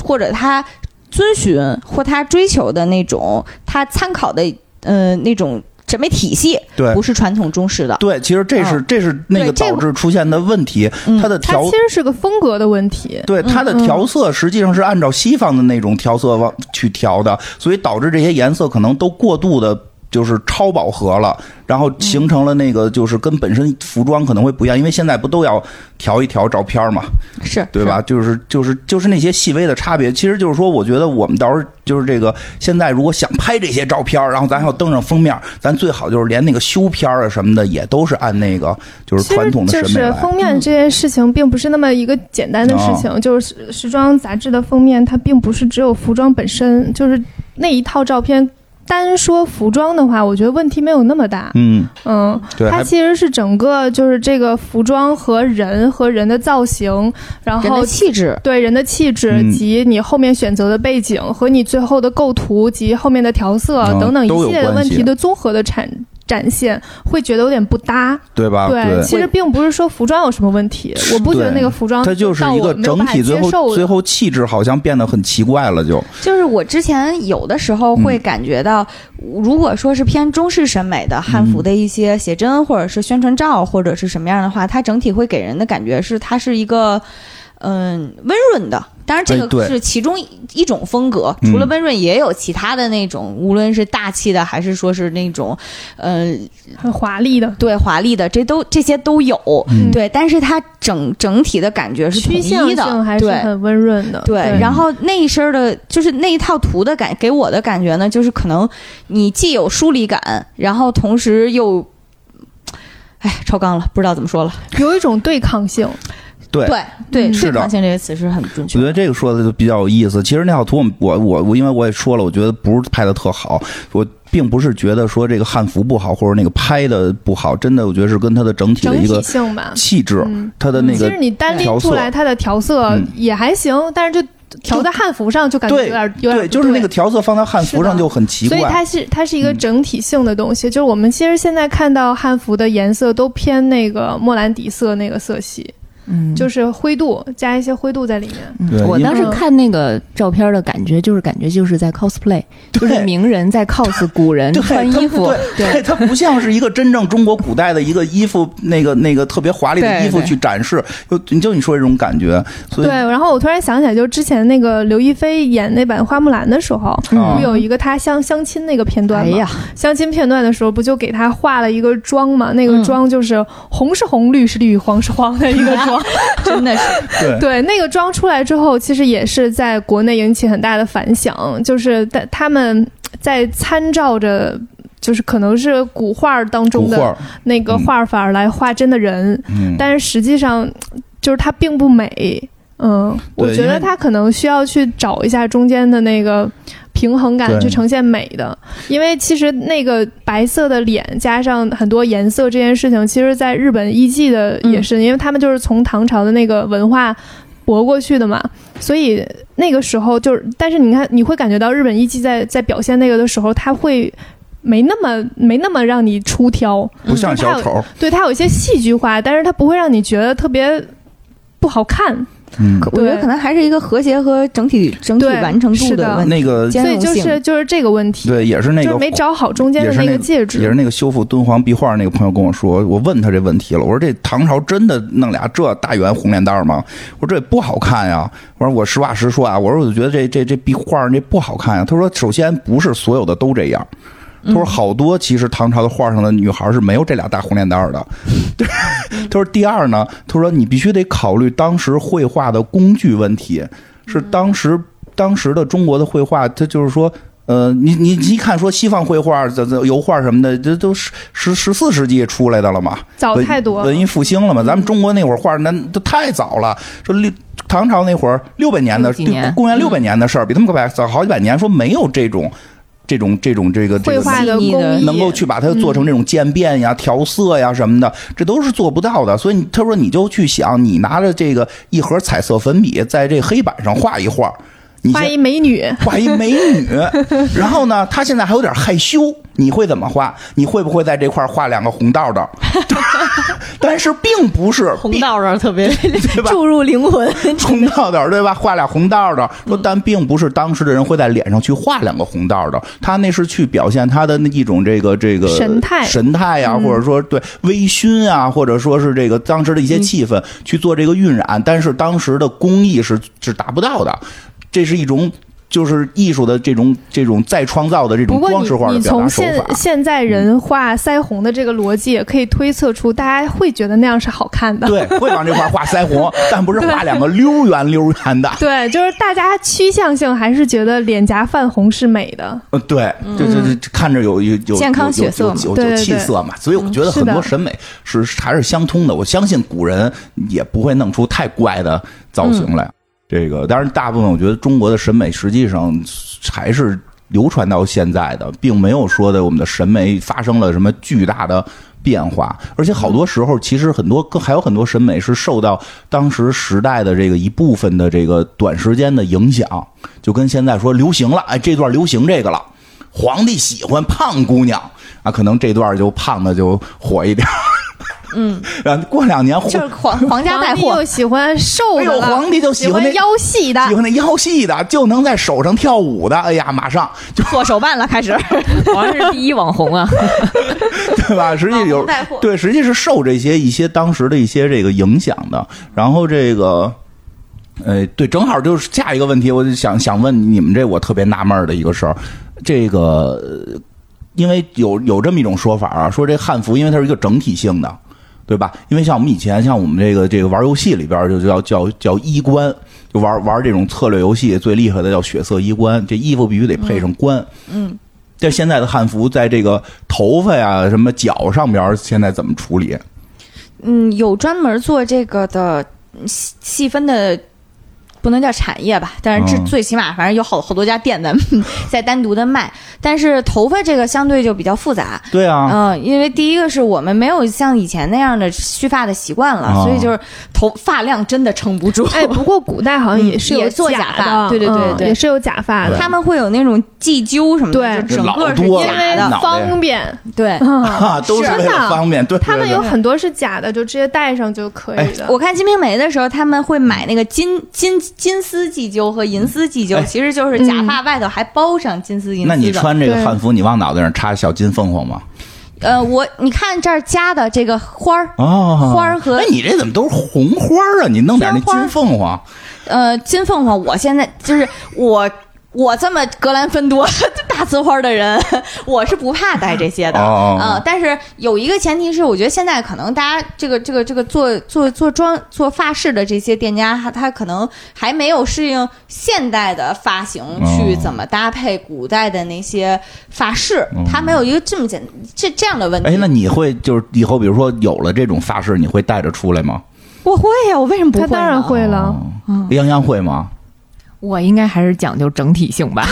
Speaker 5: 或者他遵循或他追求的那种，他参考的，呃，那种审美体系，
Speaker 2: 对
Speaker 5: 不是传统中式的。
Speaker 2: 对，其实这是这是那个
Speaker 5: 对这
Speaker 2: 导
Speaker 5: 个
Speaker 2: 致出现的问题，
Speaker 5: 嗯
Speaker 2: 它的
Speaker 1: 它
Speaker 2: 调
Speaker 1: 其实是个风格的问题。
Speaker 2: 对它
Speaker 1: 嗯
Speaker 2: 的调色实际上是按照西方的那种调色往去调的，所以导致这些颜色可能都过度的。就是超饱和了，然
Speaker 1: 嗯
Speaker 2: 后形成了那个，就是跟本身服装可能会不一样，因为现在不都要调一调照片嘛，
Speaker 5: 嗯是
Speaker 2: 对吧？就是就是就是那些细微的差别，其实就是说，我觉得我们到时候就是这个，现在如果想拍这些照片，然后咱还要登上封面，咱最好就是连那个修片啊什么的，也都是按那个就是
Speaker 1: 其
Speaker 2: 传
Speaker 1: 实
Speaker 2: 统的
Speaker 1: 就
Speaker 2: 审美
Speaker 1: 是
Speaker 2: 来。
Speaker 1: 封面这件事情，并不是那么一个简单的事
Speaker 2: 哦
Speaker 1: 情。就是时时装杂志的封面，它并不是只有服装本身，就是那一套照片。单说服装的话，我觉得问题没有那么大。
Speaker 2: 嗯，
Speaker 1: 嗯，
Speaker 2: 对，
Speaker 1: 它
Speaker 2: 还
Speaker 1: 其实是整个就是这个服装和人和人的造型，然
Speaker 5: 人
Speaker 1: 后
Speaker 5: 的气质，
Speaker 1: 对人的气质
Speaker 2: 嗯
Speaker 1: 及你后面选择的背景和你最后的构图及后面的调色
Speaker 2: 嗯
Speaker 1: 等等一
Speaker 2: 都有
Speaker 1: 系列的
Speaker 2: 关
Speaker 1: 问
Speaker 2: 系
Speaker 1: 题的综合的产展现，会觉得有点不搭。
Speaker 2: 对吧？啊对，
Speaker 1: 其实并不是说服装有什么问题，我不觉得那个服装
Speaker 2: 它就是
Speaker 1: 啊到
Speaker 2: 一
Speaker 1: 我
Speaker 2: 个
Speaker 1: 没有
Speaker 2: 整
Speaker 1: 办法
Speaker 2: 体，最
Speaker 1: 接受
Speaker 2: 后
Speaker 1: 的
Speaker 2: 最后气质好像变得很奇怪了，就
Speaker 5: 就是我之前有的时候
Speaker 2: 嗯
Speaker 5: 会感觉到，如果说是偏中式审美的汉服的一些写真，或者是宣传照，或者是什么样的话，它整体会给人的感觉是它是一个。嗯，温润的，当然这
Speaker 2: 哎对
Speaker 5: 个是其中一种风格，
Speaker 2: 嗯
Speaker 5: 除了温润，也有其他的那种，无论是大气的，还是说是那种，嗯、
Speaker 1: 很华丽的。
Speaker 5: 对华丽的，这都这些都有，
Speaker 1: 嗯
Speaker 5: 对，但是它整整体的感觉是统
Speaker 1: 趋向
Speaker 5: 一的，
Speaker 1: 性还是
Speaker 5: 对
Speaker 1: 很温润的，
Speaker 5: 对，然后那一身儿的，就是那一套图的感，给我的感觉呢，就是可能你既有疏离感，然后同时又，哎，超纲了，不知道怎么说了。
Speaker 1: 有一种对抗性。
Speaker 2: 对。
Speaker 5: 对对，
Speaker 2: 是的
Speaker 5: 对抗性这个词是很准确
Speaker 2: 我觉得
Speaker 5: 的。
Speaker 2: 这个说的就比较有意思。其实那套图我，我我我，因为我也说了，我觉得不是拍的特好。我并不是觉得说这个汉服不好，或者那个拍的不好，真的我觉得是跟它的整体的
Speaker 1: 整
Speaker 2: 一
Speaker 1: 体
Speaker 2: 个
Speaker 1: 性吧。
Speaker 2: 气质，
Speaker 1: 嗯
Speaker 2: 它的那
Speaker 1: 其
Speaker 2: 个
Speaker 1: 实你单拎
Speaker 2: 调
Speaker 1: 出
Speaker 2: 色
Speaker 1: 来它的调色
Speaker 2: 嗯
Speaker 1: 也还行，但是就调在汉服上就感觉有点儿有点儿
Speaker 2: 对，就是
Speaker 1: 不
Speaker 2: 那个调色放到汉服
Speaker 1: 是
Speaker 2: 上
Speaker 1: 的
Speaker 2: 就很奇
Speaker 1: 所以
Speaker 2: 怪。嗯
Speaker 1: 它是它是一个整体性的东西，就是我们其实现在看到汉服的颜色都偏那个莫兰迪色那个色系，
Speaker 6: 嗯，
Speaker 1: 就是灰度加一些灰度在里面。
Speaker 2: 对
Speaker 6: 我
Speaker 2: 因
Speaker 6: 当时
Speaker 1: 为
Speaker 6: 看那个照片的感觉，就是感觉就是在 cosplay，就是
Speaker 2: 对
Speaker 6: 名人在 cos 古人
Speaker 2: 对
Speaker 6: 穿衣服
Speaker 2: 它，对，对它不像是一个真正中国古代的一个衣服，那个那个特别华丽的
Speaker 6: 对
Speaker 2: 衣服
Speaker 6: 对
Speaker 2: 去展示，就你就你说这种感觉，所以
Speaker 1: 对，然后我突然想起来，就之前那个刘亦菲演那版《花木兰》的时候，
Speaker 5: 嗯
Speaker 2: 啊
Speaker 1: 不有一个她相相亲那个片段
Speaker 6: 哎
Speaker 1: 吗？
Speaker 6: 嗯 呀，
Speaker 1: 相亲片段的时候，不就给她画了一个妆吗？那
Speaker 6: 嗯
Speaker 1: 个妆就是红是红，绿是绿，黄是黄的一个 妆。
Speaker 5: 真的是
Speaker 2: 对
Speaker 1: 对，那个妆出来之后，其实也是在国内引起很大的反响，就是在他们在参照着。就是可能是古画儿当中
Speaker 2: 古画
Speaker 1: 的
Speaker 2: 儿，
Speaker 1: 那个
Speaker 2: 嗯
Speaker 1: 画法儿来画真的人，
Speaker 2: 嗯，
Speaker 1: 但是实际上就是它并不美。嗯，我
Speaker 2: 对
Speaker 1: 觉
Speaker 2: 因
Speaker 1: 得
Speaker 2: 为
Speaker 1: 它可能需要去找一下中间的那个平衡
Speaker 2: 对
Speaker 1: 感，去呈现美的。因为其实那个白色的脸加上很多颜色这件事情，其实在日本艺伎的也
Speaker 2: 嗯
Speaker 1: 是，因为他们就是从唐朝的那个文化驳过去的嘛，所以那个时候就是，但是你看，你会感觉到日本艺伎在在表现那个的时候，它会没那么没那么让你出挑，
Speaker 2: 不像
Speaker 1: 就它嗯
Speaker 2: 小
Speaker 1: 有
Speaker 2: 丑，
Speaker 1: 对它有一些戏剧化，但是它不会让你觉得特别不好看。
Speaker 2: 嗯，
Speaker 5: 我觉得
Speaker 1: 对
Speaker 5: 可能还是一个和谐和整体整体
Speaker 1: 对
Speaker 5: 完成度
Speaker 1: 是的
Speaker 5: 问
Speaker 2: 嗯
Speaker 5: 题。
Speaker 2: 那个
Speaker 5: 兼
Speaker 1: 所以
Speaker 5: 容性
Speaker 1: 就是就是这个问题，
Speaker 2: 对也是那
Speaker 1: 就是
Speaker 2: 个
Speaker 1: 没找好中间的
Speaker 2: 也是那
Speaker 1: 个
Speaker 2: 个
Speaker 1: 介
Speaker 2: 也是
Speaker 1: 质。
Speaker 2: 那个修复敦煌壁画那个朋友跟我说，我问他这问题了，我说这唐朝真的弄俩这大圆红脸蛋儿吗？我说这也不好看呀。我说我实话实说啊，我说我就觉得这这这壁画这不好看呀。他说首先不是所有的都这样。他说：“好多其实唐朝的画上的女孩是没有这俩大红脸蛋儿的。 对”他说：“第二呢，他说你必须得考虑当时绘画的工具问题，是当时当时的中国的绘画，它就是说呃，你你你一看说西方绘画、这这油画什么的，这都十十十四世纪出来的了嘛，
Speaker 1: 早
Speaker 2: 文
Speaker 1: 太多嗯了
Speaker 2: 文艺复兴了嘛。咱们中国那会儿画，那都太早了。说六唐朝那会儿六百年的，
Speaker 6: 六几年
Speaker 2: 对
Speaker 6: 嗯
Speaker 2: 公元六百年的事儿，比他们快早好几百年。说没有这种这种这种这个这
Speaker 1: 绘
Speaker 2: 个
Speaker 1: 画
Speaker 6: 细
Speaker 1: 的
Speaker 6: 腻
Speaker 1: 工
Speaker 6: 的
Speaker 1: 艺
Speaker 2: 能够去把它做成这种渐变呀、调色呀什么的，这都是做不到的。所以你他说你就去想，你拿着这个一盒彩色粉笔，在这黑板上画一画，你
Speaker 1: 画
Speaker 2: 先
Speaker 1: 一美女，
Speaker 2: 画一美女， 然后呢，她现在还有点害羞，你会怎么画？你会不会在这块儿画两个红道道？ 但是并不是
Speaker 4: 红道上特别
Speaker 2: 对吧？
Speaker 5: 注入灵魂，
Speaker 2: 红道道对吧？画俩红道道，说但并不是当时的人会在脸上去画两个红道道，他那是去表现他的那一种这个这个
Speaker 1: 神态嗯
Speaker 2: 神态呀、或者说对微醺啊，或者说是这个当时的一些气氛、去做这个晕染，但是当时的工艺是是达不到的，这是一种。就是艺术的这种这种再创造的这
Speaker 1: 不
Speaker 2: 种
Speaker 1: 过
Speaker 2: 装饰化
Speaker 1: 你
Speaker 2: 的
Speaker 1: 你
Speaker 2: 表达
Speaker 1: 从
Speaker 2: 手
Speaker 1: 现
Speaker 2: 法，
Speaker 1: 现在人画腮红的这个逻辑，也可以推测出大家会觉得那样是好看的。
Speaker 2: 对，会往这块儿画腮红，但不是画两个溜圆溜圆的，
Speaker 1: 对，就是大家趋向性还是觉得脸颊泛红是美的。
Speaker 2: 呃，对，就就就看着有有有
Speaker 5: 健康
Speaker 2: 有
Speaker 5: 血色嘛
Speaker 2: 有有
Speaker 1: 对
Speaker 2: 有有
Speaker 1: 对对
Speaker 2: 气色嘛，所以我觉得
Speaker 1: 是
Speaker 2: 很多
Speaker 1: 的
Speaker 2: 审美是还是相通的。我相信古人也不会弄出太怪的造型来。这个，当然，大部分我觉得中国的审美实际上还是流传到现在的，并没有说的我们的审美发生了什么巨大的变化。而且好多时候，其实很多更还有很多审美是受到当时时代的这个一部分的这个短时间的影响，就跟现在说流行了，哎，这段流行这个了。皇帝喜欢胖姑娘啊，可能这段就胖的就火一点。嗯， 然后过两年，
Speaker 5: 就是 皇皇家带
Speaker 1: 皇帝
Speaker 5: 货
Speaker 1: 又，喜欢瘦的
Speaker 2: 哎呦，
Speaker 1: 了，
Speaker 2: 皇帝就喜
Speaker 1: 喜
Speaker 2: 欢那
Speaker 1: 腰细的，
Speaker 2: 喜欢那腰细的，就能在手上跳舞的，哎呀，马上就
Speaker 5: 做手办了，开 始。
Speaker 6: 好像是第一网 红啊，
Speaker 2: 对吧？实际有
Speaker 5: 带货
Speaker 2: 对，实际是受这些一些当时的一些这个影响的。然后这个，呃，对，正好就是下一个问题，我就想想问你们这我特别纳闷儿的一个事儿，这个呃因为有有这么一种说法啊，说这汉服因为它是一个整体性的。对吧？因为像我们以前，像我们这个这个玩游戏里边儿就叫叫叫衣冠，就玩玩这种策略游戏最厉害的叫血色衣冠，这衣服必须得配上冠。但现在的汉服在这个头发呀、什么脚上边儿，现在怎么处理？
Speaker 5: 嗯，有专门做这个的嗯细细分的不能叫产业吧，但是这
Speaker 2: 嗯
Speaker 5: 最起码反正有好好多家店在 在单独的卖。但是头发这个相对就比较复杂，
Speaker 2: 对啊，
Speaker 5: 嗯、因为第一个是我们没有像以前那样的蓄发的习惯了，
Speaker 2: 啊
Speaker 5: 所以就是头发量真的撑不住。
Speaker 1: 哎，不过古代好像也是
Speaker 5: 嗯
Speaker 1: 有
Speaker 5: 也做假发
Speaker 1: 的，
Speaker 5: 对对对
Speaker 1: 嗯
Speaker 5: 对
Speaker 1: 也是有假发的，
Speaker 5: 他们会有那种髻揪什么
Speaker 1: 对
Speaker 5: 的，就整个
Speaker 2: 老
Speaker 5: 是
Speaker 2: 多
Speaker 1: 因
Speaker 5: 假
Speaker 1: 为
Speaker 5: 的。
Speaker 2: 脑袋
Speaker 1: 方便，
Speaker 5: 对，
Speaker 1: 嗯
Speaker 2: 啊，都是
Speaker 1: 哦是
Speaker 2: 为了
Speaker 1: 的
Speaker 2: 方便， 对，
Speaker 1: 他们
Speaker 2: 对
Speaker 1: 有
Speaker 2: 对哎
Speaker 1: 很多是假的，就直接戴上就可以的。
Speaker 5: 我看《金瓶梅》的时候，他们会买那个金金金丝髻揪和银丝髻揪
Speaker 2: 哎，嗯
Speaker 5: 其实就是假发外头还包上金丝银丝的。
Speaker 2: 那你穿这个
Speaker 1: 对
Speaker 2: 汉服，你往脑袋上插小金凤凰吗？
Speaker 5: 呃，我你看这儿加的这个花儿，
Speaker 2: 哦，
Speaker 5: 花儿和
Speaker 2: 那你这怎么都是红花儿啊？你弄点那
Speaker 5: 鲜花
Speaker 2: 金凤凰，
Speaker 5: 呃，金凤凰，我现在就是我。我这么格兰芬多 大呲花的人， 我是不怕戴这些的。
Speaker 2: 哦
Speaker 5: 呃，但是有一个前提是，我觉得现在可能大家这个这个这个做做做妆做发饰的这些店家，他他可能还没有适应现代的发型去怎么搭配古代的那些发饰，他没有一个这么简这这样的问
Speaker 2: 嗯
Speaker 5: 题。
Speaker 2: 哎，那你会就是以后比如说有了这种发饰，你会带着出来吗？
Speaker 5: 我会呀、我为什么不
Speaker 1: 他
Speaker 5: 会呢？
Speaker 1: 当然会
Speaker 2: 哦
Speaker 1: 了，
Speaker 2: 泱泱会吗？
Speaker 6: 我应该还是讲究整 体性吧。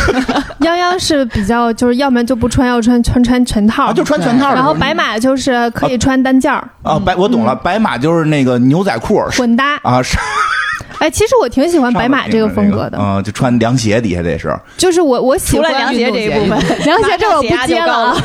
Speaker 1: 泱泱是比较就是要么就不穿，要穿穿穿全套，
Speaker 2: 啊，就穿全套的。
Speaker 1: 然后白嗯马就是可以穿单件儿、
Speaker 2: 啊，白我懂了，白马就是那个牛仔裤儿
Speaker 1: 混搭。
Speaker 2: 啊， 上
Speaker 1: 哎，其实我挺喜欢白马这个风格的，
Speaker 2: 嗯，就穿凉鞋底下得是
Speaker 1: 就是我我喜
Speaker 5: 除
Speaker 1: 欢
Speaker 5: 了凉鞋这一部分，
Speaker 1: 凉鞋这我不接了
Speaker 5: 马上血压就
Speaker 1: 啊，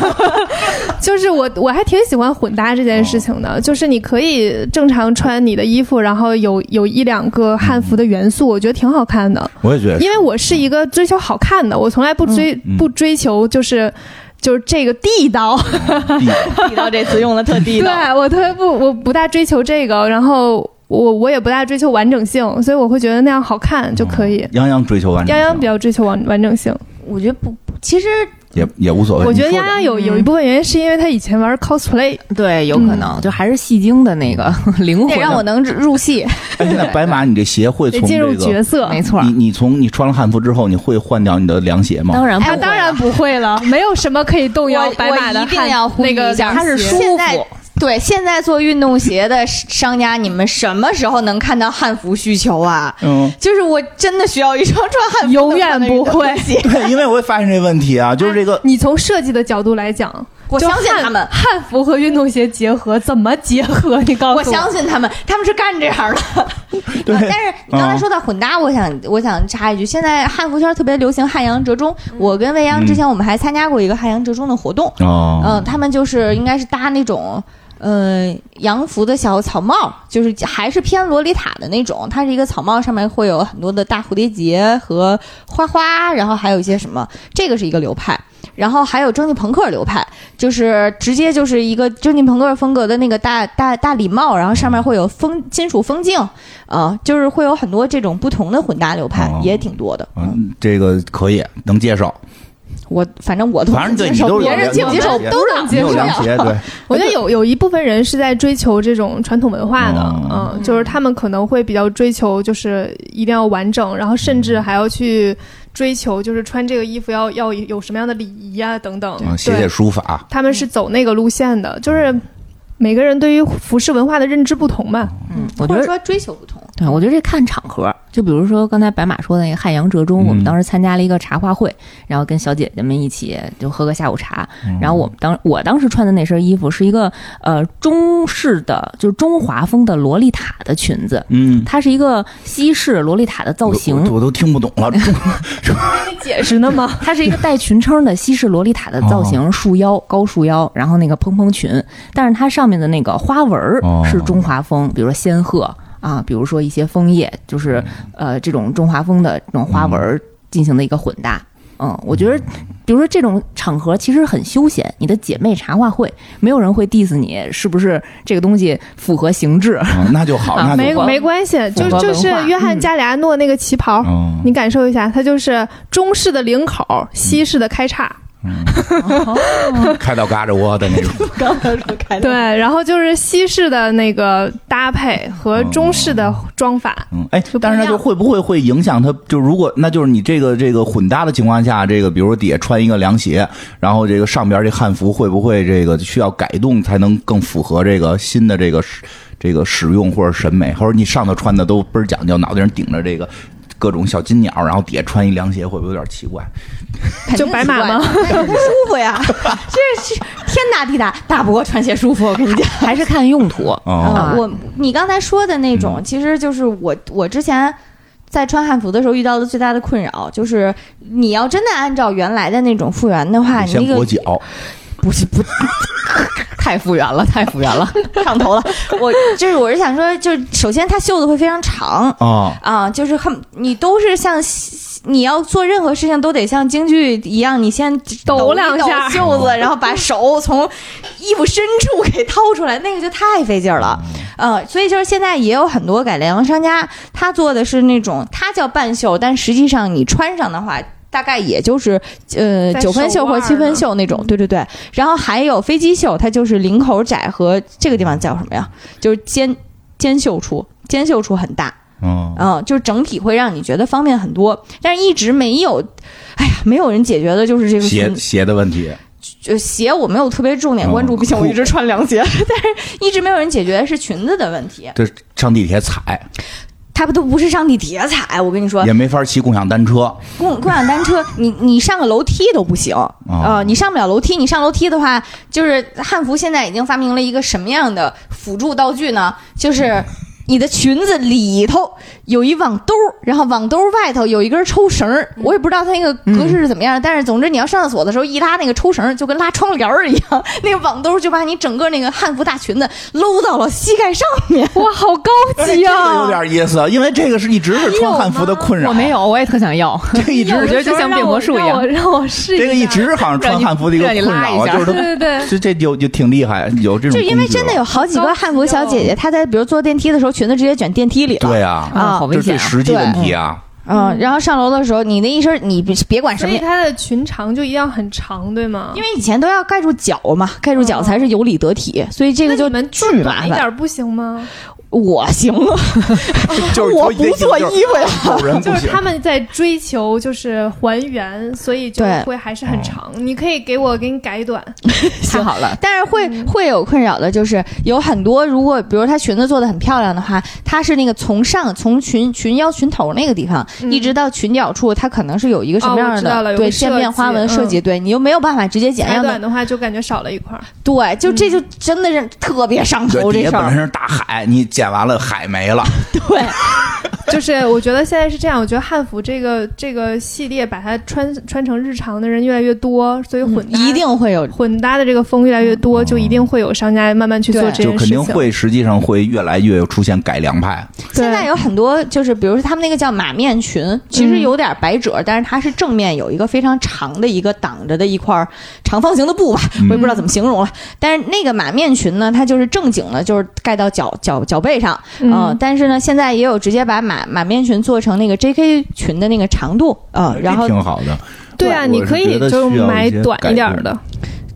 Speaker 1: 就是我我还挺喜欢混搭这件事情的，就是你可以正常穿你的衣服，然后有有一两个汉服的元素，我觉得挺好看的。
Speaker 2: 我也觉得是
Speaker 1: 因为我是一个追求好看的，我从来不追、
Speaker 2: 嗯
Speaker 1: 不追求就是就是这个地道，
Speaker 2: 地 道
Speaker 4: 地道这词用的特地
Speaker 1: 对
Speaker 4: 道。
Speaker 1: 我特别不我不大追求这个，然后我我也不大追求完整性，所以我会觉得那样好看就可以。
Speaker 2: 泱泱追求完整
Speaker 1: 泱
Speaker 2: 性，
Speaker 1: 泱比较追求完完整性，
Speaker 5: 我觉得不，不其实
Speaker 2: 也也无所谓。
Speaker 1: 我觉得
Speaker 2: 呃你说
Speaker 1: 泱泱
Speaker 5: 嗯
Speaker 1: 有有一部分原因是因为她以前玩 cosplay，
Speaker 6: 对，有
Speaker 2: 嗯
Speaker 6: 可能、就还是戏精的那个 灵魂
Speaker 5: 得
Speaker 6: 的，
Speaker 5: 让我能入戏。
Speaker 2: 哎，那白马，你这鞋会
Speaker 1: 得
Speaker 2: 从
Speaker 1: 进入
Speaker 2: 这
Speaker 1: 角
Speaker 2: 个？
Speaker 1: 色。
Speaker 6: 没错儿。
Speaker 2: 你你从你穿了汉服之后，你会换掉你的凉鞋吗？
Speaker 6: 当
Speaker 5: 啊
Speaker 6: 然不
Speaker 5: 哎
Speaker 1: 他
Speaker 6: 会，
Speaker 1: 哎当然不会 了，没有什么可以动摇
Speaker 5: 我
Speaker 1: 白马的
Speaker 5: 我一定
Speaker 1: 汉
Speaker 5: 要呼吁
Speaker 1: 那个
Speaker 5: 一下
Speaker 1: 凉
Speaker 5: 它是
Speaker 1: 鞋
Speaker 5: 舒服现在对，现在做运动鞋的商家，你们什么时候能看到汉服需求啊？
Speaker 2: 嗯，
Speaker 5: 就是我真的需要一双穿汉服，
Speaker 1: 永远不会。
Speaker 2: 对，因为我会发现这问题啊，就是这个
Speaker 1: 你从设计的角度来讲，
Speaker 5: 我
Speaker 1: 就
Speaker 5: 相信
Speaker 1: 汉
Speaker 5: 他们
Speaker 1: 汉服和运动鞋结合怎么结合？你告诉
Speaker 5: 我相信他们，他们是干这行的。
Speaker 2: 对
Speaker 5: 啊但是你刚才说到混搭，我想我想插一句，现在汉服圈特别流行汉洋折中。我跟未央之前我们还参加过一个汉洋折中的活动，
Speaker 2: 哦，
Speaker 5: 嗯，他们就是应该是搭那种。呃，洋服的小草帽，就是还是偏洛丽塔的那种，它是一个草帽，上面会有很多的大蝴蝶结和花花，然后还有一些什么，这个是一个流派。然后还有蒸汽朋克流派，就是直接就是一个蒸汽朋克风格的那个大大大礼帽，然后上面会有风金属风镜，呃，就是会有很多这种不同的混搭流派，
Speaker 2: 哦
Speaker 5: 也挺多的。
Speaker 2: 嗯，这个可以能接受，
Speaker 5: 我反正我都
Speaker 2: 反正对
Speaker 5: 接受
Speaker 2: 你都
Speaker 5: 别
Speaker 2: 有
Speaker 5: 人接
Speaker 2: 有
Speaker 5: 不接受
Speaker 2: 有
Speaker 5: 都能
Speaker 2: 没
Speaker 5: 接
Speaker 2: 有
Speaker 5: 受。
Speaker 2: 凉鞋，对，
Speaker 1: 我觉得有有一部分人是在追求这种传统文化的，
Speaker 2: 哦
Speaker 1: 嗯，就是他们可能会比较追求，就是一定要完整，然后甚至还要去追求，就是穿这个衣服要要有什么样的礼仪啊等等。
Speaker 2: 嗯，写写
Speaker 1: 对，
Speaker 2: 书法，
Speaker 1: 他们是走那个路线的，就是每个人对于服饰文化的认知不同嘛。
Speaker 6: 嗯，我觉
Speaker 5: 或者
Speaker 6: 得
Speaker 5: 说追求不同。
Speaker 6: 对，我觉得这看场合。就比如说刚才白马说的那个汉阳折中，
Speaker 2: 嗯
Speaker 6: 我们当时参加了一个茶话会，然后跟小姐姐们一起就喝个下午茶。然后我们当我当时穿的那身衣服是一个呃中式的，就是中华风的洛丽塔的裙子，
Speaker 2: 嗯，
Speaker 6: 它是一个西式洛丽塔的造
Speaker 2: 我我
Speaker 6: 型，
Speaker 2: 我都听不懂了，中
Speaker 1: 解释呢吗？
Speaker 6: 它是一个带裙撑的西式洛丽塔的造型，
Speaker 2: 哦
Speaker 6: 束腰高束腰，然后那个蓬蓬裙，但是它上面的那个花纹儿
Speaker 2: 哦
Speaker 6: 是中华风，比如说仙鹤啊，比如说一些枫叶，就是
Speaker 2: 嗯
Speaker 6: 呃这种中华风的这种花纹儿进行的一个混搭。嗯，我觉得，比如
Speaker 2: 嗯
Speaker 6: 说这种场合其实很休闲，你的姐妹茶话会，没有人会 diss 你是不是这个东西符合形制，
Speaker 2: 嗯那就好，
Speaker 6: 啊
Speaker 2: 那
Speaker 1: 没
Speaker 2: 就好，
Speaker 1: 没关系，就
Speaker 6: 符合
Speaker 1: 就是
Speaker 6: 文化
Speaker 1: 约翰
Speaker 6: 嗯
Speaker 1: 加里亚诺那个旗袍，
Speaker 2: 嗯，
Speaker 1: 你感受一下，它就是中式的领口，西式的开叉。
Speaker 2: 开到嘎吱窝的那种，
Speaker 4: 刚才说开头，
Speaker 1: 对然后就是西式的那个搭配和中式的装法，
Speaker 2: 嗯，哎
Speaker 1: 就，不
Speaker 2: 但是
Speaker 1: 一
Speaker 2: 那
Speaker 1: 样
Speaker 2: 就会不会会影响他？就如果那就是你这个这个混搭的情况下，这个比如说底下穿一个凉鞋，然后这个上边这汉服会不会这个需要改动才能更符合这个新的这个使这个使用或者审美？或者你上头穿的都倍儿讲究，脑袋上顶着这个各种小金鸟，然后底下穿一凉鞋，会不会有点奇怪？
Speaker 5: 肯定
Speaker 1: 就白马
Speaker 5: 奇怪
Speaker 1: 吗？
Speaker 5: 但是不舒服呀， 这是天大地大，大不过穿鞋舒服。我跟你讲，啊
Speaker 6: 还是看用途。
Speaker 2: 哦，
Speaker 5: 我你刚才说的那种，其实就是我我之前。在穿汉服的时候遇到的最大的困扰就是，你要真的按照原来的那种复原的话，你
Speaker 2: 先
Speaker 5: 那个
Speaker 2: 裹脚，
Speaker 6: 不是不，太复原了，太复原了。
Speaker 5: 上头了。我就是我是想说，就是首先它袖子会非常长
Speaker 2: 啊，
Speaker 5: 啊，就是很你都是像你要做任何事情都得像京剧一样，你先
Speaker 1: 抖
Speaker 5: 一
Speaker 1: 两下
Speaker 5: 袖子， 然后把手从衣服深处给掏出来，那个就太费劲儿了。呃，所以就是现在也有很多改良商家，他做的是那种它叫半袖，但实际上你穿上的话。大概也就是呃
Speaker 1: 在
Speaker 5: 九分
Speaker 1: 手
Speaker 5: 袖或
Speaker 1: 腕儿
Speaker 5: 七分
Speaker 1: 呢
Speaker 5: 袖那种，对对对。然后还有飞机袖，它就是领口窄和这个地方叫什么呀？就是肩肩袖处，肩袖处很大，
Speaker 2: 嗯，
Speaker 5: 嗯，就是整体会让你觉得方便很多。但是一直没有，哎呀，没有人解决的就是这个
Speaker 2: 鞋
Speaker 5: 问题
Speaker 2: 鞋的问题，
Speaker 5: 就鞋我没有特别重点关注，
Speaker 2: 嗯
Speaker 5: 毕竟我一直穿凉鞋， 但是一直没有人解决是裙子的问题。
Speaker 2: 这上地铁踩
Speaker 5: 它不都不是上地铁踩，我跟你说
Speaker 2: 也，没法骑共享单车，
Speaker 5: 共共享单车，你你上个楼梯都不行
Speaker 2: 哦
Speaker 5: 啊、呃你上不了楼梯，你上楼梯的话，就是汉服现在已经发明了一个什么样的辅助道具呢？就是你的裙子里头有一网兜儿，然后网兜儿外头有一根抽绳儿，我也不知道它那个
Speaker 2: 嗯
Speaker 5: 格式是怎么样，但是总之你要上厕所的时候一拉那个抽绳儿，就跟拉窗帘儿一样， 那个网兜儿就把你整个那个汉服大裙子搂到了膝盖上面。
Speaker 1: 哇，好高
Speaker 2: 哎
Speaker 1: 级
Speaker 2: 这个有
Speaker 1: 啊！
Speaker 2: 点意思，因为这个是一直是啊穿汉服的困扰，
Speaker 6: 我没，有，我也特想要。
Speaker 2: 这一直
Speaker 6: 我觉得就像变魔术一样
Speaker 1: 让我让我让我试一下。
Speaker 2: 这个一直好像穿汉服的一个困
Speaker 6: 让你
Speaker 2: 扰
Speaker 6: 拉一
Speaker 2: 啊，
Speaker 6: 下
Speaker 2: 就是
Speaker 1: 对对对
Speaker 2: 它，这这就就挺厉害，有这种
Speaker 5: 就因为
Speaker 2: 工具啊
Speaker 5: 真的
Speaker 2: 了
Speaker 5: 有好几个汉服小姐姐，她在比如坐电梯的时候，裙子直接卷电梯里了。
Speaker 2: 对啊，
Speaker 5: 啊
Speaker 6: 好
Speaker 2: 这
Speaker 6: 危
Speaker 2: 是最
Speaker 6: 险 啊！
Speaker 2: 实际问题啊，
Speaker 5: 嗯，然后上楼的时候，你那一身你别别管什
Speaker 1: 所
Speaker 5: 么
Speaker 1: 以，它的裙长就一定要很长，对吗？
Speaker 5: 因为以前都要盖住脚嘛，盖住脚才是有理得体，所以这个
Speaker 1: 嗯那
Speaker 5: 就
Speaker 1: 你们
Speaker 5: 巨
Speaker 1: 做短
Speaker 5: 麻
Speaker 1: 一
Speaker 5: 烦。
Speaker 1: 点不行吗？
Speaker 5: 我行啊，
Speaker 2: 就是
Speaker 5: 我不做衣服呀，
Speaker 2: 服，有人 不
Speaker 1: 就是
Speaker 2: 行
Speaker 1: 他。们在追求就是还原，所以就
Speaker 5: 对
Speaker 1: 会还是很长。你可以给我给你改短，
Speaker 6: 太好了，
Speaker 5: 但是会
Speaker 1: 嗯
Speaker 5: 会有困扰的，就是有很多，如果比如她裙子做的很漂亮的话，她是那个从上从裙裙腰裙头那个地方、
Speaker 1: 嗯
Speaker 5: 一直到裙角处，它可能是有一个什么
Speaker 1: 哦我
Speaker 5: 样
Speaker 1: 知
Speaker 5: 的、
Speaker 1: 道了有
Speaker 5: 对
Speaker 1: 个
Speaker 5: 渐
Speaker 1: 设
Speaker 5: 变花
Speaker 1: 计
Speaker 5: 纹设计，对你又没有办法直接简
Speaker 1: 改
Speaker 5: 样
Speaker 1: 短
Speaker 5: 的，
Speaker 1: 的话就感觉少了一块儿。
Speaker 5: 对，就这
Speaker 1: 嗯
Speaker 5: 就真的是特别上头
Speaker 2: 对，
Speaker 5: 这
Speaker 2: 底下
Speaker 5: 事
Speaker 2: 本
Speaker 5: 儿，
Speaker 2: 身是大海，你剪完了海没了，
Speaker 5: 对。
Speaker 1: 就是我觉得现在是这样，我觉得汉服这个这个系列把它穿穿成日常的人越来越多，所以混搭、
Speaker 5: 一定会有
Speaker 1: 混搭的这个风越来越多，就一定会有商家慢慢去做
Speaker 5: 对
Speaker 1: 这
Speaker 2: 就
Speaker 1: 件事
Speaker 2: 肯
Speaker 1: 情。
Speaker 2: 定会，实际上会越来越有出现改良派。
Speaker 1: 对嗯
Speaker 5: 现在有很多就是，比如说他们那个叫马面裙，其实有点百褶，但是它是正面有一个非常长的一个挡着的一块长方形的布吧，
Speaker 2: 嗯
Speaker 5: 我也不知道怎么形容了。但是那个马面裙呢，它就是正经的，就是盖到脚脚脚背上，
Speaker 1: 嗯，
Speaker 5: 呃但是呢，现在也有直接把马马面裙做成那个 J.K. 裙的那个长度，啊，然后
Speaker 2: 这哎挺好的，
Speaker 1: 对啊，
Speaker 2: 我
Speaker 1: 你可以
Speaker 2: 是觉得
Speaker 1: 就
Speaker 2: 需要一
Speaker 1: 买
Speaker 2: 些
Speaker 1: 短
Speaker 2: 改
Speaker 1: 一点儿
Speaker 2: 动
Speaker 1: 的，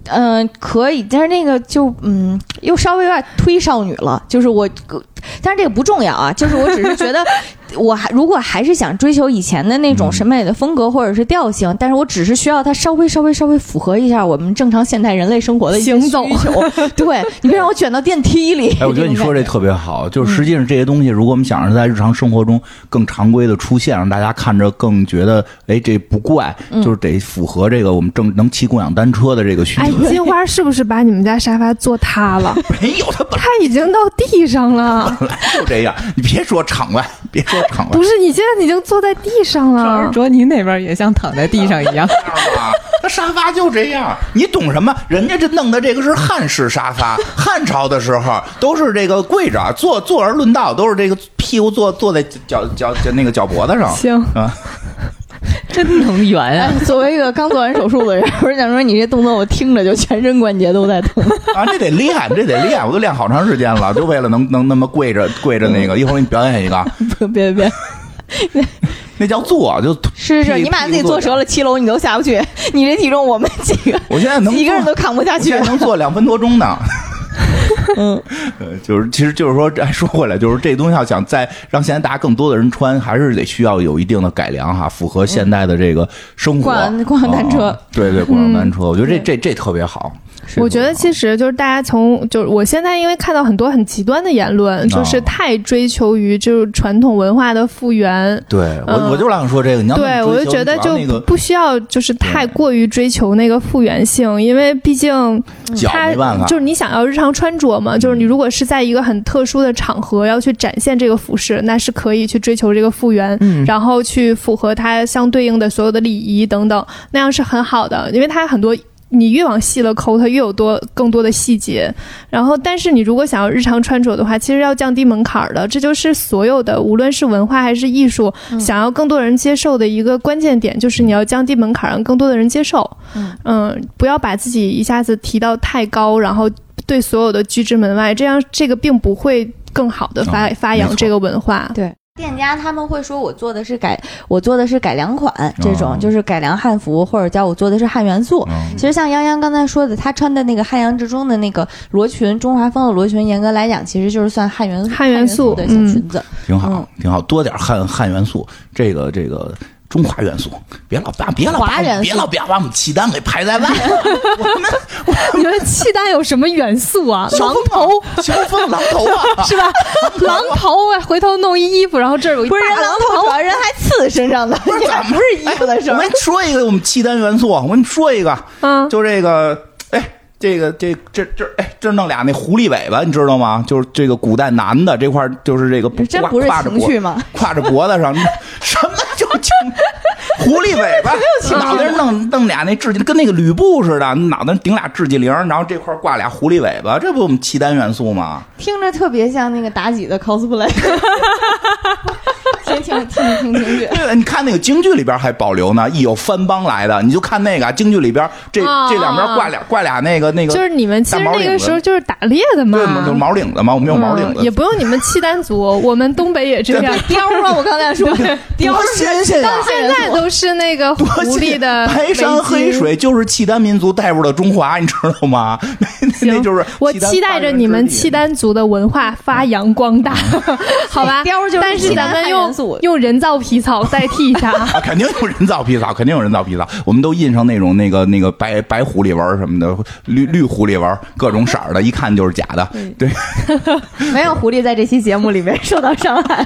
Speaker 5: 嗯，可以，但是那个就嗯，又稍微有点推少女了。就是我，但是这个不重要啊。就是我只是觉 得，我还如果还是想追求以前的那种
Speaker 2: 嗯
Speaker 5: 审美的风格或者是调性，但是我只是需要它稍微稍微稍微符合一下我们正常现代人类生活的一些需求。对，你别让我卷到电梯里。
Speaker 2: 哎，我觉得你
Speaker 5: 种
Speaker 2: 说这
Speaker 5: 感
Speaker 2: 特别好，就是实际上这些东西，如果我们想让它在日常生活中更常规的出现，让大家看着更觉得，哎，这不怪，就是得符合这个我们正能骑共享单车的这个需
Speaker 1: 哎
Speaker 2: 求。，
Speaker 1: 金花是不是把你们家沙发坐塌了？
Speaker 2: 没哎有，它本
Speaker 1: 它已经到地上了，
Speaker 2: 来就这样，你别说场外， 别说场外
Speaker 1: 不，是？你现在已经坐在地上
Speaker 6: 嗯
Speaker 1: 了。
Speaker 6: 卓尼那边也像躺在地上一 样。
Speaker 2: 啊，那沙发就这样，你懂什么？人家这弄的这个是汉式沙发， 汉朝的时候都是这个跪着坐坐而论道，都是这个屁股坐坐在脚脚脚那个脚脖子上。
Speaker 1: 行，
Speaker 2: 啊，
Speaker 6: 真能
Speaker 2: 哎
Speaker 6: 圆啊！
Speaker 5: 觉。哎作为一个刚做完手术的人，我是想说，你这动作我听着就全身关节都在疼。
Speaker 2: 啊，这得练，这得练，我都练好长时间了，就为了能能那么跪着跪着那个。一会儿我给你表演一个，啊
Speaker 5: 别 别别，
Speaker 2: 那叫坐，就
Speaker 5: 是是，
Speaker 2: 屁
Speaker 5: 你把自己
Speaker 2: 屁啊股
Speaker 5: 坐折了七楼，你都下不去。你这体重，我们几个
Speaker 2: 我现在能
Speaker 5: 一个人
Speaker 2: 坐
Speaker 5: 都扛不下 去
Speaker 2: 现在。能坐两分多钟 呢。
Speaker 5: 嗯，
Speaker 2: 呃，就是，其实就是说，哎，说回来，就是这东西要想再让现在大家更多的人穿，还是得需要有一定的改良哈，符合
Speaker 8: 嗯
Speaker 2: 现代的这个生活。
Speaker 5: 共享共享单车
Speaker 2: 啊对对，共享单车，我觉得这这这特别好。谁
Speaker 8: 嗯我觉得
Speaker 2: 不知道
Speaker 8: 其实就是大家从就是我现在因为看到很多很极端的言论，
Speaker 2: 啊
Speaker 8: 就是太追求于就是传统文化的复原。
Speaker 2: 对我
Speaker 8: 嗯
Speaker 2: 我就老想说这个，你要
Speaker 8: 对，
Speaker 2: 那么
Speaker 8: 我
Speaker 2: 追
Speaker 8: 就
Speaker 2: 求
Speaker 8: 觉得
Speaker 2: 你
Speaker 8: 就
Speaker 2: 把那个
Speaker 8: 不需要，就是太过于追求那个复原性，因为毕竟
Speaker 2: 脚
Speaker 8: 它
Speaker 2: 没办法，
Speaker 8: 嗯
Speaker 2: 嗯
Speaker 8: 就是你想要日常穿着嘛，就是你如果是在一个很特殊的场合要去展现这个服饰，那是可以去追求这个复原，
Speaker 6: 嗯
Speaker 8: 然后去符合它相对应的所有的礼仪等等，那样是很好的，因为它很多。你越往细了抠，它越有多更多的细节。然后，但是你如果想要日常穿着的话，其实要降低门槛儿的。这就是所有的，无论是文化还是艺术，想要更多人接受的一个关键点，就是你要降低门槛儿，让更多的人接受。
Speaker 5: 嗯
Speaker 8: 不要把自己一下子提到太高，然后对所有的拒之门外，这样这个并不会更好的发、
Speaker 2: 嗯
Speaker 8: 发
Speaker 2: 没
Speaker 8: 扬
Speaker 2: 错
Speaker 8: 这个文化。
Speaker 5: 店家他们会说我做的是改，我做的是改良款，这种、
Speaker 2: 哦
Speaker 5: 就是改良汉服，或者叫我做的是汉元素。
Speaker 2: 嗯
Speaker 5: 其实像泱泱刚才说的，她穿的那个汉阳之中的那个罗裙，中华风的罗裙，严格来讲其实就是算汉元
Speaker 8: 汉元素
Speaker 5: 的小裙子。
Speaker 2: 挺好
Speaker 5: 嗯，
Speaker 2: 挺好，多点汉汉元素，这个这个中华元素，别老把别老把
Speaker 5: 华元素
Speaker 2: 别老别把我们契丹给排在 外，我们
Speaker 1: 你们契丹有什么元素 啊？
Speaker 2: 萧
Speaker 1: 狼
Speaker 2: 峰
Speaker 1: 头
Speaker 2: 头，萧峰狼头啊，
Speaker 1: 是吧？狼头啊，回头弄一衣服，然后这儿有一
Speaker 5: 不是人
Speaker 1: 大
Speaker 5: 狼头，主要人还刺身上 的，也不是衣服的事
Speaker 2: 我
Speaker 5: 儿
Speaker 2: 跟。你说一个我们契丹元素，啊我跟你说一个，
Speaker 8: 嗯，
Speaker 2: 就这个，哎，这个这这这，哎，这弄俩那狐狸尾巴，你知道吗？就是这个古代男的这块儿，就是这个不
Speaker 5: 真
Speaker 2: 挂
Speaker 5: 不是
Speaker 2: 挎着
Speaker 5: 情
Speaker 2: 脖
Speaker 5: 趣吗？
Speaker 2: 挎着脖子上，你什么就情？狐狸尾 巴，脑袋上弄弄俩那指甲，跟那个吕布似的，脑袋上顶俩指甲铃，然后这块儿挂俩狐狸尾巴，这不我们契丹元素吗？
Speaker 5: 听着特别像那个妲己的 cosplay。先听听听听去，
Speaker 2: 对，你看那个京剧里边还保留呢，一有番邦来的，你就看那个啊京剧里边这
Speaker 8: 哦
Speaker 2: 这两边挂俩挂俩那个那个，
Speaker 8: 就是你们其实
Speaker 2: 大毛
Speaker 8: 那个
Speaker 2: 领子
Speaker 8: 时候就是打猎的嘛
Speaker 2: 对，嘛，就是毛领子嘛，我们有毛领
Speaker 8: 嗯，也
Speaker 2: 子，
Speaker 8: 不用你们契丹 族，我们东北也这样。
Speaker 5: 貂啊！我刚才说貂
Speaker 2: 多新鲜呀！
Speaker 8: 到现在都是那个狐
Speaker 2: 多新
Speaker 8: 狸
Speaker 2: 鲜
Speaker 8: 的
Speaker 2: 排山
Speaker 8: 围巾
Speaker 2: 黑水就是契丹民族带入了中华，你知道吗？ 那那那就是
Speaker 8: 我
Speaker 2: 契丹
Speaker 8: 期待着你们契丹族的文化发扬 光大，好
Speaker 2: 哎
Speaker 8: 吧？
Speaker 5: 貂就是
Speaker 8: 但是咱们
Speaker 5: 汉
Speaker 8: 用
Speaker 5: 元素
Speaker 8: 用人造皮草代替 它。
Speaker 2: 啊，肯定有人造皮草，肯定有人造皮草。我们都印上那种那个那个白白狐狸纹什么的，绿绿狐狸纹，各种色儿的，一看就是假的。对，
Speaker 5: 没有狐狸在这期节目里面受到伤害。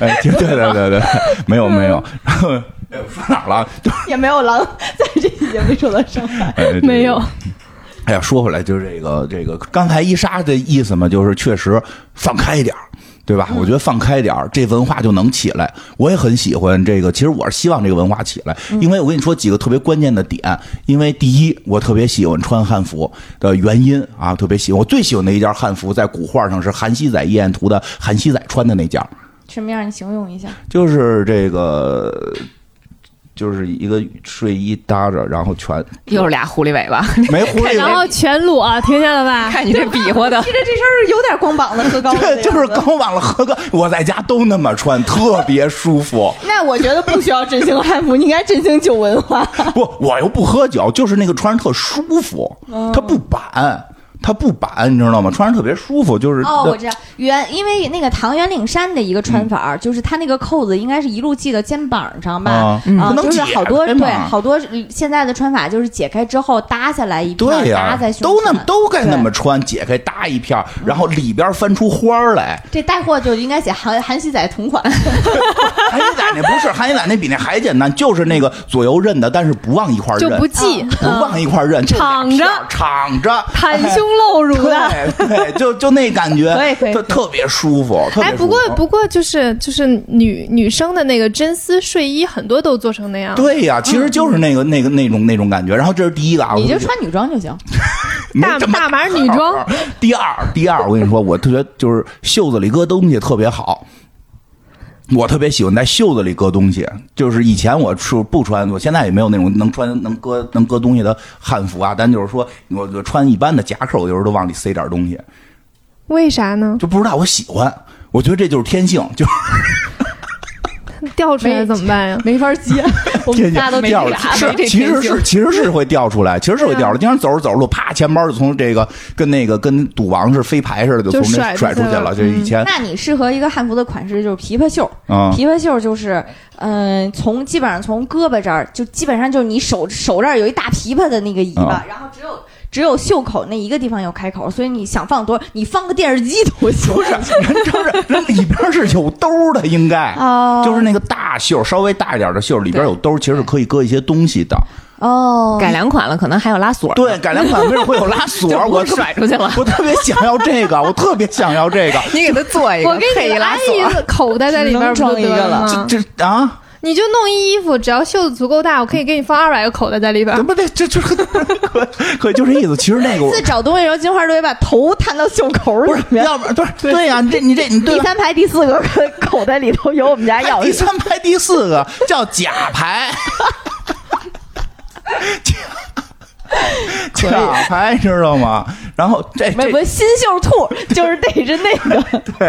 Speaker 2: 哎，对对对对对，没有没有。然后哎我说哪儿了？
Speaker 5: 也没有 狼在这期节目里受到伤害。
Speaker 2: 哎
Speaker 8: 没有。
Speaker 2: 哎呀，说回来，就是这个这个，刚才伊莎的意思嘛，就是确实放开一点儿。对
Speaker 5: 嗯
Speaker 2: 吧？我觉得放开点儿，这文化就能起来。我也很喜欢这个，其实我是希望这个文化起来，
Speaker 5: 嗯
Speaker 2: 因为我跟你说几个特别关键的点。因为第一，我特别喜欢穿汉服的原因啊，特别喜欢。我最喜欢的一件汉服在古画上是韩熙载夜宴图的韩熙载穿的那件儿，
Speaker 5: 什么样？你形容一下。
Speaker 2: 就是这个，就是一个睡衣搭着，然后全
Speaker 6: 又是俩狐狸尾巴，
Speaker 2: 没狐狸
Speaker 8: 然后全裸，
Speaker 2: 啊
Speaker 8: 听见了吧？
Speaker 6: 看你这比划的
Speaker 5: 记，得这身儿有点光膀子和高的
Speaker 2: 对，
Speaker 5: 样
Speaker 2: 就是
Speaker 5: 子。
Speaker 2: 刚忘了喝个，我在家都那么穿，特别舒服。
Speaker 5: 那我觉得不需要振兴汉服，你应该振兴旧文化。
Speaker 2: 不，我又不喝酒，就是那个穿着特舒服，
Speaker 5: 嗯
Speaker 2: 它不板，它不板，你知道吗？穿着特别舒服，就是
Speaker 5: 哦，我知道，原因为那个唐圆领衫的一个穿法儿，就是它那个扣子应该是一路系到肩膀上吧，
Speaker 2: 啊
Speaker 5: 啊，
Speaker 2: 不能
Speaker 5: 就是
Speaker 2: 解
Speaker 5: 好多
Speaker 2: 开
Speaker 5: 对，
Speaker 2: 嘛
Speaker 5: 好多现在的穿法就是解开之后搭下来一片儿，
Speaker 2: 对呀
Speaker 5: 搭在，胸
Speaker 2: 都那么
Speaker 5: 前
Speaker 2: 都该那么
Speaker 5: 对
Speaker 2: 穿，解开搭一片儿，然后里边翻出花儿来。
Speaker 5: 这带货就应该写韩韩熙载同款，
Speaker 2: 啊韩熙载那不是，韩熙载那比那还简单，就是那个左右认的，但是不往一块儿
Speaker 8: 就
Speaker 2: 认，
Speaker 8: 不系，
Speaker 2: 不往一块儿
Speaker 5: 嗯
Speaker 2: 认，就
Speaker 8: 敞
Speaker 2: 两
Speaker 8: 着
Speaker 2: 片儿敞着，
Speaker 8: 袒胸露乳的。
Speaker 5: 哎
Speaker 2: 对对，就就那感觉，
Speaker 5: 可以可以
Speaker 2: 特特别舒服，特别
Speaker 8: 哎，
Speaker 2: 舒服
Speaker 8: 不过不过就是就是女女生的那个真丝睡衣，很多都做成那样。
Speaker 2: 对呀、
Speaker 8: 嗯
Speaker 2: 其实就是那个、那个那种那种感觉。然后这是第一个啊，
Speaker 5: 你
Speaker 2: 我
Speaker 5: 就
Speaker 2: 跟
Speaker 5: 穿女装就行。
Speaker 2: 你
Speaker 8: 大
Speaker 2: 这么
Speaker 8: 大码女装。
Speaker 2: 第二第二，我跟你说，我特别就是袖子里搁东西特别好。我特别喜欢在袖子里搁东西，就是以前我是不穿，我现在也没有那种能穿能搁能搁东西的汉服啊，但就是说我我穿一般的夹克，我有时候都往里塞点东西，
Speaker 8: 为啥呢？
Speaker 2: 就不知道我喜欢，我觉得这就是天性，就是
Speaker 8: 掉出来
Speaker 5: 没
Speaker 8: 怎么办呀？
Speaker 5: 没 法接，我
Speaker 2: 天
Speaker 5: 们
Speaker 2: 性
Speaker 5: 大家都
Speaker 2: 掉
Speaker 5: 没
Speaker 2: 了
Speaker 5: 法，
Speaker 6: 啊
Speaker 2: 是
Speaker 5: 没这
Speaker 2: 其实
Speaker 5: 天性
Speaker 2: 是其实是会掉出来，其实是会掉出来。经常走着走着路，啪啪，钱包就从这个跟那个跟赌王是飞牌似的，就从
Speaker 8: 就
Speaker 2: 那
Speaker 8: 甩
Speaker 2: 甩出
Speaker 8: 出
Speaker 2: 去
Speaker 8: 去了
Speaker 2: 了。就以前
Speaker 5: 那你适合一个汉服的款式就是琵琶袖，
Speaker 2: 啊，
Speaker 5: 琵琶袖就是，嗯、从基本上从胳膊这儿，就基本上就是你手手这儿有一大琵琶的那个尾巴，
Speaker 2: 啊
Speaker 5: 然后只有只有袖口那一个地方有开口，所以你想放多，你放个电视机都行。
Speaker 2: 人就是人里边是有兜的，应该。
Speaker 5: 哦，
Speaker 2: 就是那个大袖，稍微大一点的袖，里边有兜，其实是可以搁一些东西的。
Speaker 5: 哦，
Speaker 6: 改良款了，可能还有拉锁。
Speaker 2: 对，改良款为什么会有拉锁？
Speaker 6: 就不
Speaker 2: 我
Speaker 6: 是
Speaker 2: 特
Speaker 6: 甩出去了。
Speaker 2: 我特别想要这个，我特别想要这个。
Speaker 6: 你给他做一个，
Speaker 8: 我给
Speaker 6: 配
Speaker 8: 你
Speaker 6: 一拉
Speaker 8: 安
Speaker 6: 锁。
Speaker 8: 一个口袋在里边儿不就得了吗？
Speaker 2: 这这啊，
Speaker 8: 你就弄一衣服，只要袖子足够大，我可以给你放二百个口袋在里边
Speaker 2: 这
Speaker 8: 儿。
Speaker 2: 不对，这这 可可可就这意思。其实那个我
Speaker 5: 每次找东西的时候，金花都得把头探到袖口
Speaker 2: 不
Speaker 5: 里
Speaker 2: 是，
Speaker 5: 面。
Speaker 2: 要不然不是对啊呀，你这你这你对
Speaker 5: 第
Speaker 2: 吧？哎
Speaker 5: 三排第四个口袋里头有我们家钥
Speaker 2: 第
Speaker 5: 匙，
Speaker 2: 三排第四 个叫假牌， 假假牌知道吗？然后这
Speaker 5: 没
Speaker 2: 这
Speaker 5: 不新袖兔就是逮着那个。
Speaker 2: 对，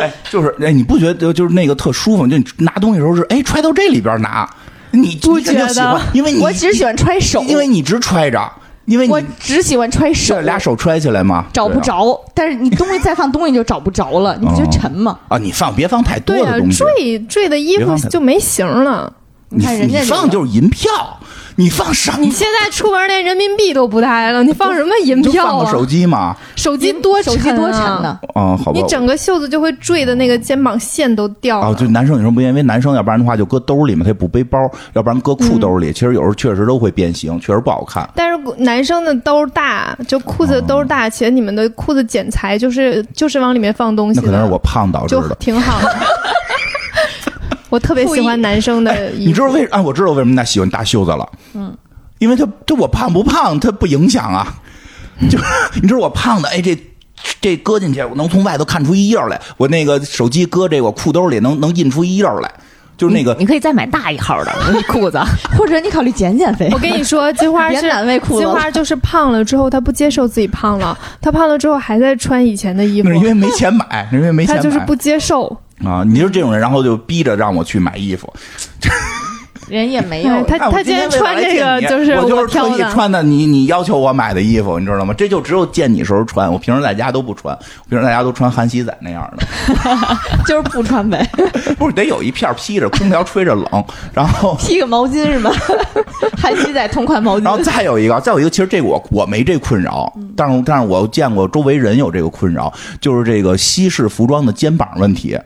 Speaker 2: 哎，就是哎，你不觉得就是那个特舒服？就你拿东西的时候是哎揣到这里边拿，你不
Speaker 5: 觉得
Speaker 2: 喜欢，因为你
Speaker 5: 我只喜欢揣手，
Speaker 2: 因为你直揣着，因为
Speaker 5: 我
Speaker 2: 你
Speaker 5: 只喜欢揣手
Speaker 2: 这，俩手揣起来嘛，
Speaker 5: 找不
Speaker 2: 对啊
Speaker 5: 着。但是你东西再放东西就找不着了，你不觉得沉吗？
Speaker 2: 啊！你放别放太多
Speaker 8: 对呀、
Speaker 2: 的东西，
Speaker 8: 坠坠的衣
Speaker 2: 别放
Speaker 8: 服
Speaker 2: 太多
Speaker 8: 就没型儿了。
Speaker 2: 你
Speaker 5: 看人家
Speaker 2: 你
Speaker 5: 这个
Speaker 2: 放就是银票，你放什么
Speaker 8: 你？现在出门连人民币都不带了，你放什么银
Speaker 2: 你就
Speaker 8: 票
Speaker 2: 放个
Speaker 8: 啊？
Speaker 2: 手机嘛，
Speaker 8: 手机多
Speaker 5: 手
Speaker 8: 沉、啊，
Speaker 5: 机多沉呢？
Speaker 2: 啊，好吧
Speaker 8: 你。整个袖子就会坠的那个肩膀线都掉了。
Speaker 2: 啊，就男生女生不一样，因为男生要不然的话就搁兜里嘛，他也不背包，要不然搁裤兜里，其实有时候确实都会变形，确实不好看。
Speaker 8: 但是男生的兜儿大，就裤子的兜儿大，且你们的裤子剪裁就是就是往里面放东西
Speaker 2: 那
Speaker 8: 的，
Speaker 2: 可能是我胖导致
Speaker 8: 啊就
Speaker 2: 的。
Speaker 8: 挺好的。 我特别喜欢男生的衣服，
Speaker 2: 你知道为啊？我知道为什么他喜欢大袖子了。嗯，因为他这我胖不胖，他不影响啊。就是你知道我胖的，哎，这这搁进去，我能从外头看出一印儿来。我那个手机搁这我裤兜里，能能印出一印儿来。就是那个
Speaker 6: 你可以再买大一 号的裤子，
Speaker 5: 或者你考虑减减肥
Speaker 8: 我，跟你说，金 花
Speaker 5: 别
Speaker 8: 是
Speaker 5: 难为裤子
Speaker 8: 金
Speaker 5: 了。
Speaker 8: 花就是胖了之后，她不接受自己胖了，她胖了之后还在穿以前的衣服
Speaker 2: 那是，因为没钱 买，因为没钱买
Speaker 8: 她就是不接受，
Speaker 2: 啊！你就是这种人，然后就逼着让我去买衣服。
Speaker 5: 人也没
Speaker 8: 哎
Speaker 5: 有，
Speaker 8: 她
Speaker 2: 哎我
Speaker 8: 她今天
Speaker 2: 为了
Speaker 8: 穿
Speaker 2: 来
Speaker 8: 这
Speaker 2: 见
Speaker 8: 个
Speaker 2: 你
Speaker 8: 就是
Speaker 2: 我就是特
Speaker 8: 挑
Speaker 2: 意
Speaker 8: 的，
Speaker 2: 穿的你你要求我买的衣服，你知道吗？这就只有见你时候穿，我平时在家都不穿，我平时在家都穿韩熙载那样 的。
Speaker 5: 就是不穿呗，
Speaker 2: 不是得有一片儿披着，空调吹着冷，然后。
Speaker 5: 披个毛巾是 吗？韩熙载同款毛
Speaker 2: 然后
Speaker 5: 巾，
Speaker 2: 再有一个，再有一个，其实这个我我没这困扰，但是但是我见过周围人有这个困扰，就是这个西式服装的肩膀问题。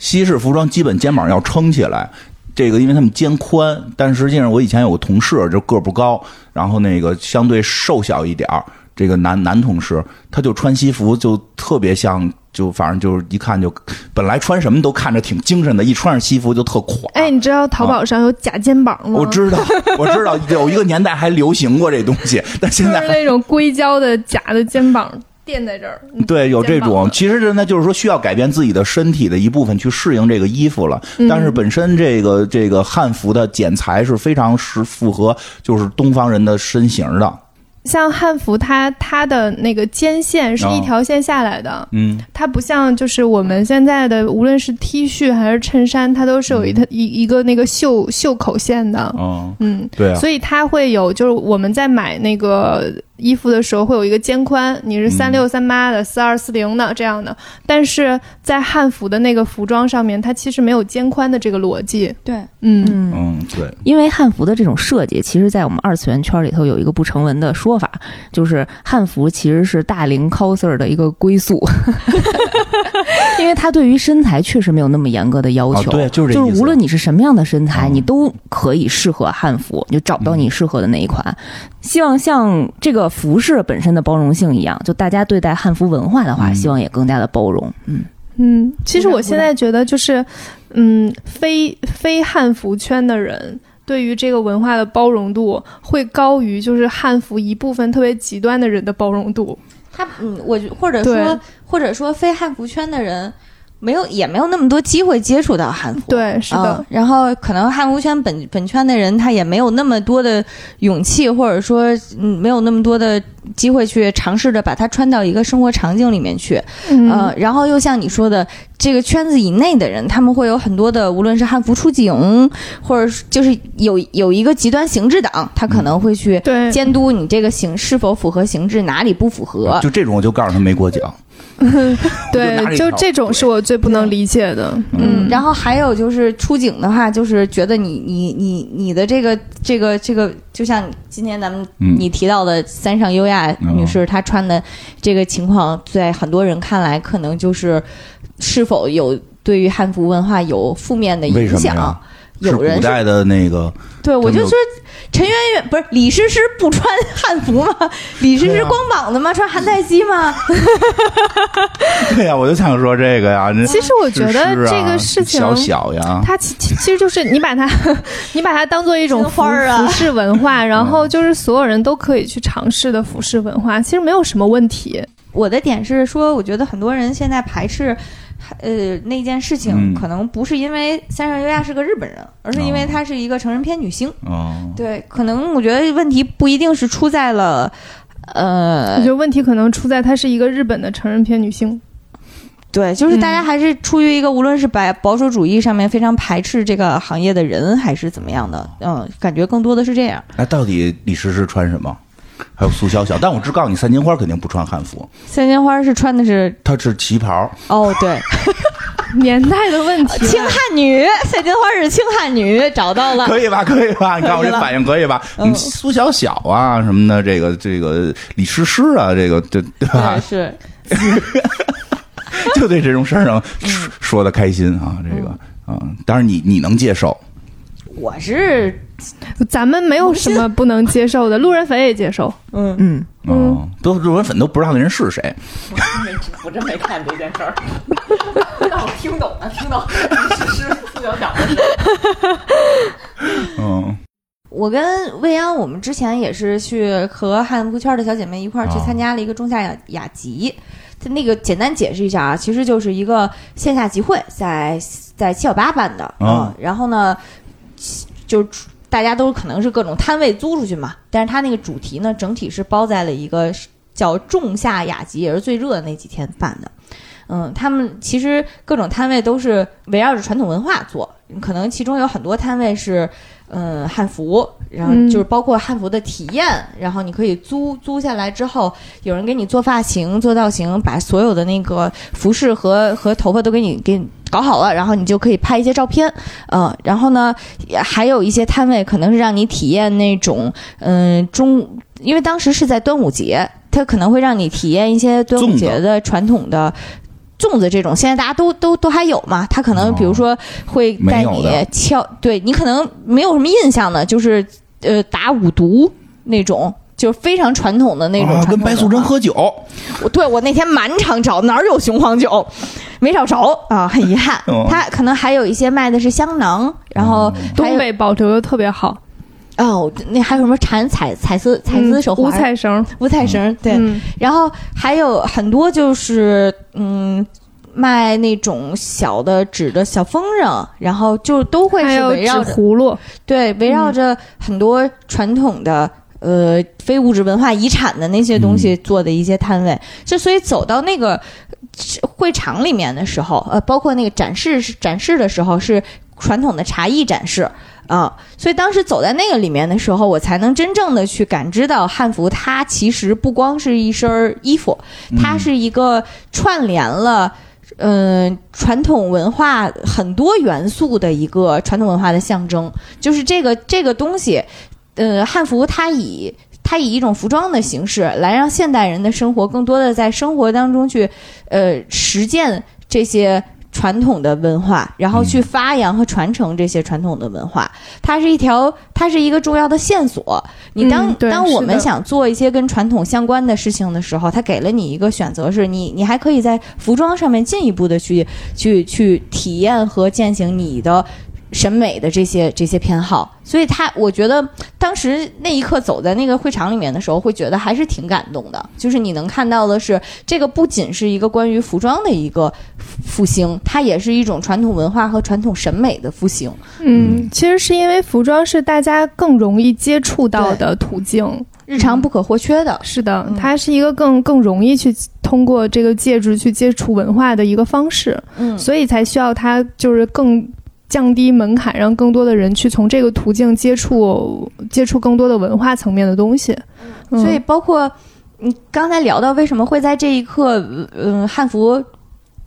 Speaker 2: 西式服装基本肩膀要撑起来，这个因为他们肩宽，但实际上我以前有个同事就个儿不高，然后那个相对瘦小一点儿，这个男男同事他就穿西服就特别像，就反正就是一看就本来穿什么都看着挺精神的，一穿上西服就特垮。
Speaker 8: 哎，你知道淘宝上有假肩膀吗？
Speaker 2: 啊我知道，我知道有一个年代还流行过这东西，但现
Speaker 8: 就
Speaker 2: 在
Speaker 8: 是
Speaker 2: 还
Speaker 8: 那种硅胶的假的肩膀垫在这儿，你
Speaker 2: 对有这
Speaker 8: 肩膀
Speaker 2: 种，
Speaker 8: 的
Speaker 2: 其实真的就是说需要改变自己的身体的一部分去适应这个衣服了。但是本身这个这个汉服的剪裁是非常是符合就是东方人的身形的，
Speaker 8: 像汉服它，它的那个肩线
Speaker 2: 啊
Speaker 8: 是一条线下来的，
Speaker 2: 嗯，
Speaker 8: 它不像就是我们现在的，无论是 T 恤还是衬衫，它都是有一
Speaker 2: 嗯
Speaker 8: 它一一个那个袖袖口线的，
Speaker 2: 哦，
Speaker 8: 嗯，
Speaker 2: 对啊，
Speaker 8: 所以它会有就是我们在买那个衣服的时候会有一个肩宽，你是三六三八的、四二四零的这样的，但是在汉服的那个服装上面，它其实没有肩宽的这个逻辑，
Speaker 5: 对，
Speaker 8: 嗯，
Speaker 6: 嗯，
Speaker 2: 嗯，对，
Speaker 6: 因为汉服的这种设计，其实，在我们二次元圈里头有一个不成文的说法，就是汉服其实是大龄 coser 的一个归宿， 因为他对于身材确实没有那么严格的要
Speaker 2: 啊，
Speaker 6: 求。
Speaker 2: 对，就是这
Speaker 6: 就
Speaker 2: 意
Speaker 6: 是
Speaker 2: 思。
Speaker 6: 无论你是什么样的身材，
Speaker 2: 嗯
Speaker 6: 你都可以适合汉服，你就找到你适合的那一款。希望像这个服饰本身的包容性一样，就大家对待汉服文化的话，
Speaker 2: 嗯
Speaker 6: 希望也更加的包容。嗯，
Speaker 8: 嗯，其实我现在觉得就是，嗯，非非汉服圈的人对于这个文化的包容度会高于就是汉服一部分特别极端的人的包容度。
Speaker 5: 他嗯，我觉或者
Speaker 8: 对
Speaker 5: 说或者说非汉服圈的人，没有也没有那么多机会接触到汉服。
Speaker 1: 对，是的
Speaker 5: 嗯，然后可能汉服圈本本圈的人，他也没有那么多的勇气，或者说嗯没有那么多的机会去尝试着把它穿到一个生活场景里面去。呃
Speaker 1: 嗯，，
Speaker 5: 然后又像你说的，这个圈子以内的人，他们会有很多的，无论是汉服出警，或者是就是有有一个极端行制党，他可能会去
Speaker 1: 对，
Speaker 5: 监督你这个行是否符合行制，哪里不符合。
Speaker 2: 就这种我就告诉他没过奖，我就拿着
Speaker 1: 对，
Speaker 2: 一
Speaker 1: 就
Speaker 2: 条
Speaker 1: 这种是我最不能理解的。
Speaker 5: 嗯，
Speaker 1: 嗯，
Speaker 5: 然后还有就是出警的话，就是觉得你你你你的这个这个这个，就像今天咱们
Speaker 2: 嗯哦
Speaker 5: 你提到的三上优雅女士，她穿的这个情况，在很多人看来，可能就是是否有对于汉服文化有负面的
Speaker 2: 为
Speaker 5: 影
Speaker 2: 什么
Speaker 5: 响
Speaker 2: 呀？？是
Speaker 5: 有
Speaker 2: 古
Speaker 5: 人
Speaker 2: 代的那个
Speaker 5: 对我
Speaker 2: 他们
Speaker 5: 就
Speaker 2: 有
Speaker 5: 说陈圆圆不是李师师不穿汉服吗？李师
Speaker 2: 对
Speaker 5: 师
Speaker 2: 啊
Speaker 5: 光膀子吗？穿韩泰熙吗？
Speaker 2: 对呀、我就想说这个呀。这
Speaker 1: 其实我觉得
Speaker 2: 是
Speaker 1: 这
Speaker 2: 啊
Speaker 1: 个事情，
Speaker 2: 小小呀，
Speaker 1: 它其其其实就是你把它， 你把它当做一种
Speaker 5: 鲜
Speaker 1: 服
Speaker 5: 花儿啊
Speaker 1: 服饰文 化，然后就是所有人都可以去尝试的服饰文化，其实没有什么问题。
Speaker 5: 我的点是说，我觉得很多人现在排斥，呃，那件事
Speaker 2: 嗯
Speaker 5: 情可能不是因为三上悠亚是个日本人，而是因为
Speaker 2: 哦
Speaker 5: 她是一个成人片女星。
Speaker 2: 嗯，
Speaker 5: 对，可能我觉得问题不一定是出在了，
Speaker 1: 我
Speaker 5: 呃
Speaker 1: 觉，得问题可能出在她是一个日本的成人片女星。
Speaker 5: 对，就是大家还是出于一个无论是白保守主义上面非常排斥这个行业的人，还是怎么样的，嗯，感觉更多的是这样。
Speaker 2: 那到底李师师穿什么？还有苏小小，但我只告诉你，三金花肯定不穿汉服，
Speaker 5: 三金花是穿的是
Speaker 2: 她是旗袍。
Speaker 5: 哦， 对，
Speaker 1: 年代的问题
Speaker 5: 清
Speaker 1: 了，
Speaker 5: 汉女，赛金花是清汉女，找到了。
Speaker 2: 可以 吧？可以吧？你看我这反应可以吧？
Speaker 5: 嗯
Speaker 2: 嗯，苏小小啊什么的，这个这个李诗诗啊，这个这对吧
Speaker 5: 对，？是
Speaker 2: 就对这种事儿上
Speaker 5: 嗯
Speaker 2: 说说的开心啊，这个啊，当然你你能接受，
Speaker 5: 我是
Speaker 1: 咱们没有什么不能接受的，路人粉也接受。
Speaker 5: 嗯，
Speaker 6: 嗯，
Speaker 2: 嗯，都论文粉都不知道那人是谁，
Speaker 4: 没我真没看这件事儿，但我听懂了，听懂了，是是四角角的事儿。
Speaker 2: 嗯
Speaker 5: 我跟未央，我们之前也是去和汉服圈的小姐妹一块儿去
Speaker 2: 啊
Speaker 5: 参加了一个中下雅雅集。它那个简单解释一下啊，其实就是一个线下集会在，在七小八办的
Speaker 2: 啊
Speaker 5: 嗯然后呢，就大家都可能是各种摊位租出去嘛，但是它那个主题呢，整体是包在了一个叫仲夏雅集，也是最热的那几天办的。嗯，他们其实各种摊位都是围绕着传统文化做，可能其中有很多摊位是，嗯，汉服，然后
Speaker 1: 嗯
Speaker 5: 就是包括汉服的体验，然后你可以租租下来之后，有人给你做发型、做造型，把所有的那个服饰和和头发都给你给你搞好了，然后你就可以拍一些照片，嗯，然后呢，也还有一些摊位可能是让你体验那种，嗯，中，因为当时是在端午节，它可能会让你体验一些端午
Speaker 2: 粽子
Speaker 5: 节的传统的。粽子这种，现在大家都都都还有嘛？它可能
Speaker 2: 哦
Speaker 5: 比如说会带
Speaker 2: 没有
Speaker 5: 你
Speaker 2: 的
Speaker 5: 敲，对你可能没有什么印象的，就是呃打五毒那种，就是非常传统的那种
Speaker 2: 啊
Speaker 5: 传统的、
Speaker 2: 跟白素贞喝酒，
Speaker 5: 我对我那天满场找，哪儿有雄黄酒， 没找着啊，很遗憾
Speaker 2: 哦。
Speaker 5: 他可能还有一些卖的是香囊，然后还有
Speaker 1: 东北保留的特别好，
Speaker 5: 哦，那还有什么缠彩彩丝彩丝手
Speaker 1: 嗯五
Speaker 5: 环、
Speaker 1: 彩绳，
Speaker 5: 五彩绳，对，
Speaker 1: 嗯
Speaker 5: 然后还有很多就是嗯。卖那种小的纸的小风筝，然后就都会
Speaker 1: 还
Speaker 5: 是
Speaker 1: 有
Speaker 5: 围
Speaker 1: 纸
Speaker 5: 绕着
Speaker 1: 葫芦，
Speaker 5: 对，围绕着很多传统的、呃非物质文化遗产的那些东西做的一些摊位，就所以走到那个呃会场里面的时候，呃，包括那个展示展示的时候是传统的茶艺展示。啊、所以当时走在那个里面的时候，我才能真正的去感知到汉服，它其实不光是一身儿衣服，
Speaker 2: 嗯
Speaker 5: 它是一个串联了。嗯，传统文化很多元素的一个传统文化的象征，就是这个这个东西，呃，汉服它以它以一种服装的形式来让现代人的生活更多的在生活当中去，呃，实践这些传统的文化，然后去发扬和传承这些传统的文化。它是一条，它是一个重要的线索。你当、
Speaker 1: 嗯对
Speaker 5: 当我们
Speaker 1: 是的
Speaker 5: 想做一些跟传统相关的事情的时候，它给了你一个选择，是你你还可以在服装上面进一步的去去去体验和践行你的审美的这些这些偏好。所以他，我觉得当时那一刻走在那个会场里面的时候，会觉得还是挺感动的。就是你能看到的是，这个不仅是一个关于服装的一个服复兴，它也是一种传统文化和传统审美的复兴。
Speaker 8: 嗯，其实是因为服装是大家更容易接触到的途径。
Speaker 5: 日常不可或缺的，
Speaker 8: 是的，
Speaker 5: 嗯
Speaker 8: 它是一个更更容易去通过这个介质去接触文化的一个方式，
Speaker 5: 嗯
Speaker 8: 所以才需要它就是更降低门槛，让更多的人去从这个途径接触接触更多的文化层面的东西。嗯
Speaker 5: 所以包括你刚才聊到为什么会在这一刻，嗯、汉服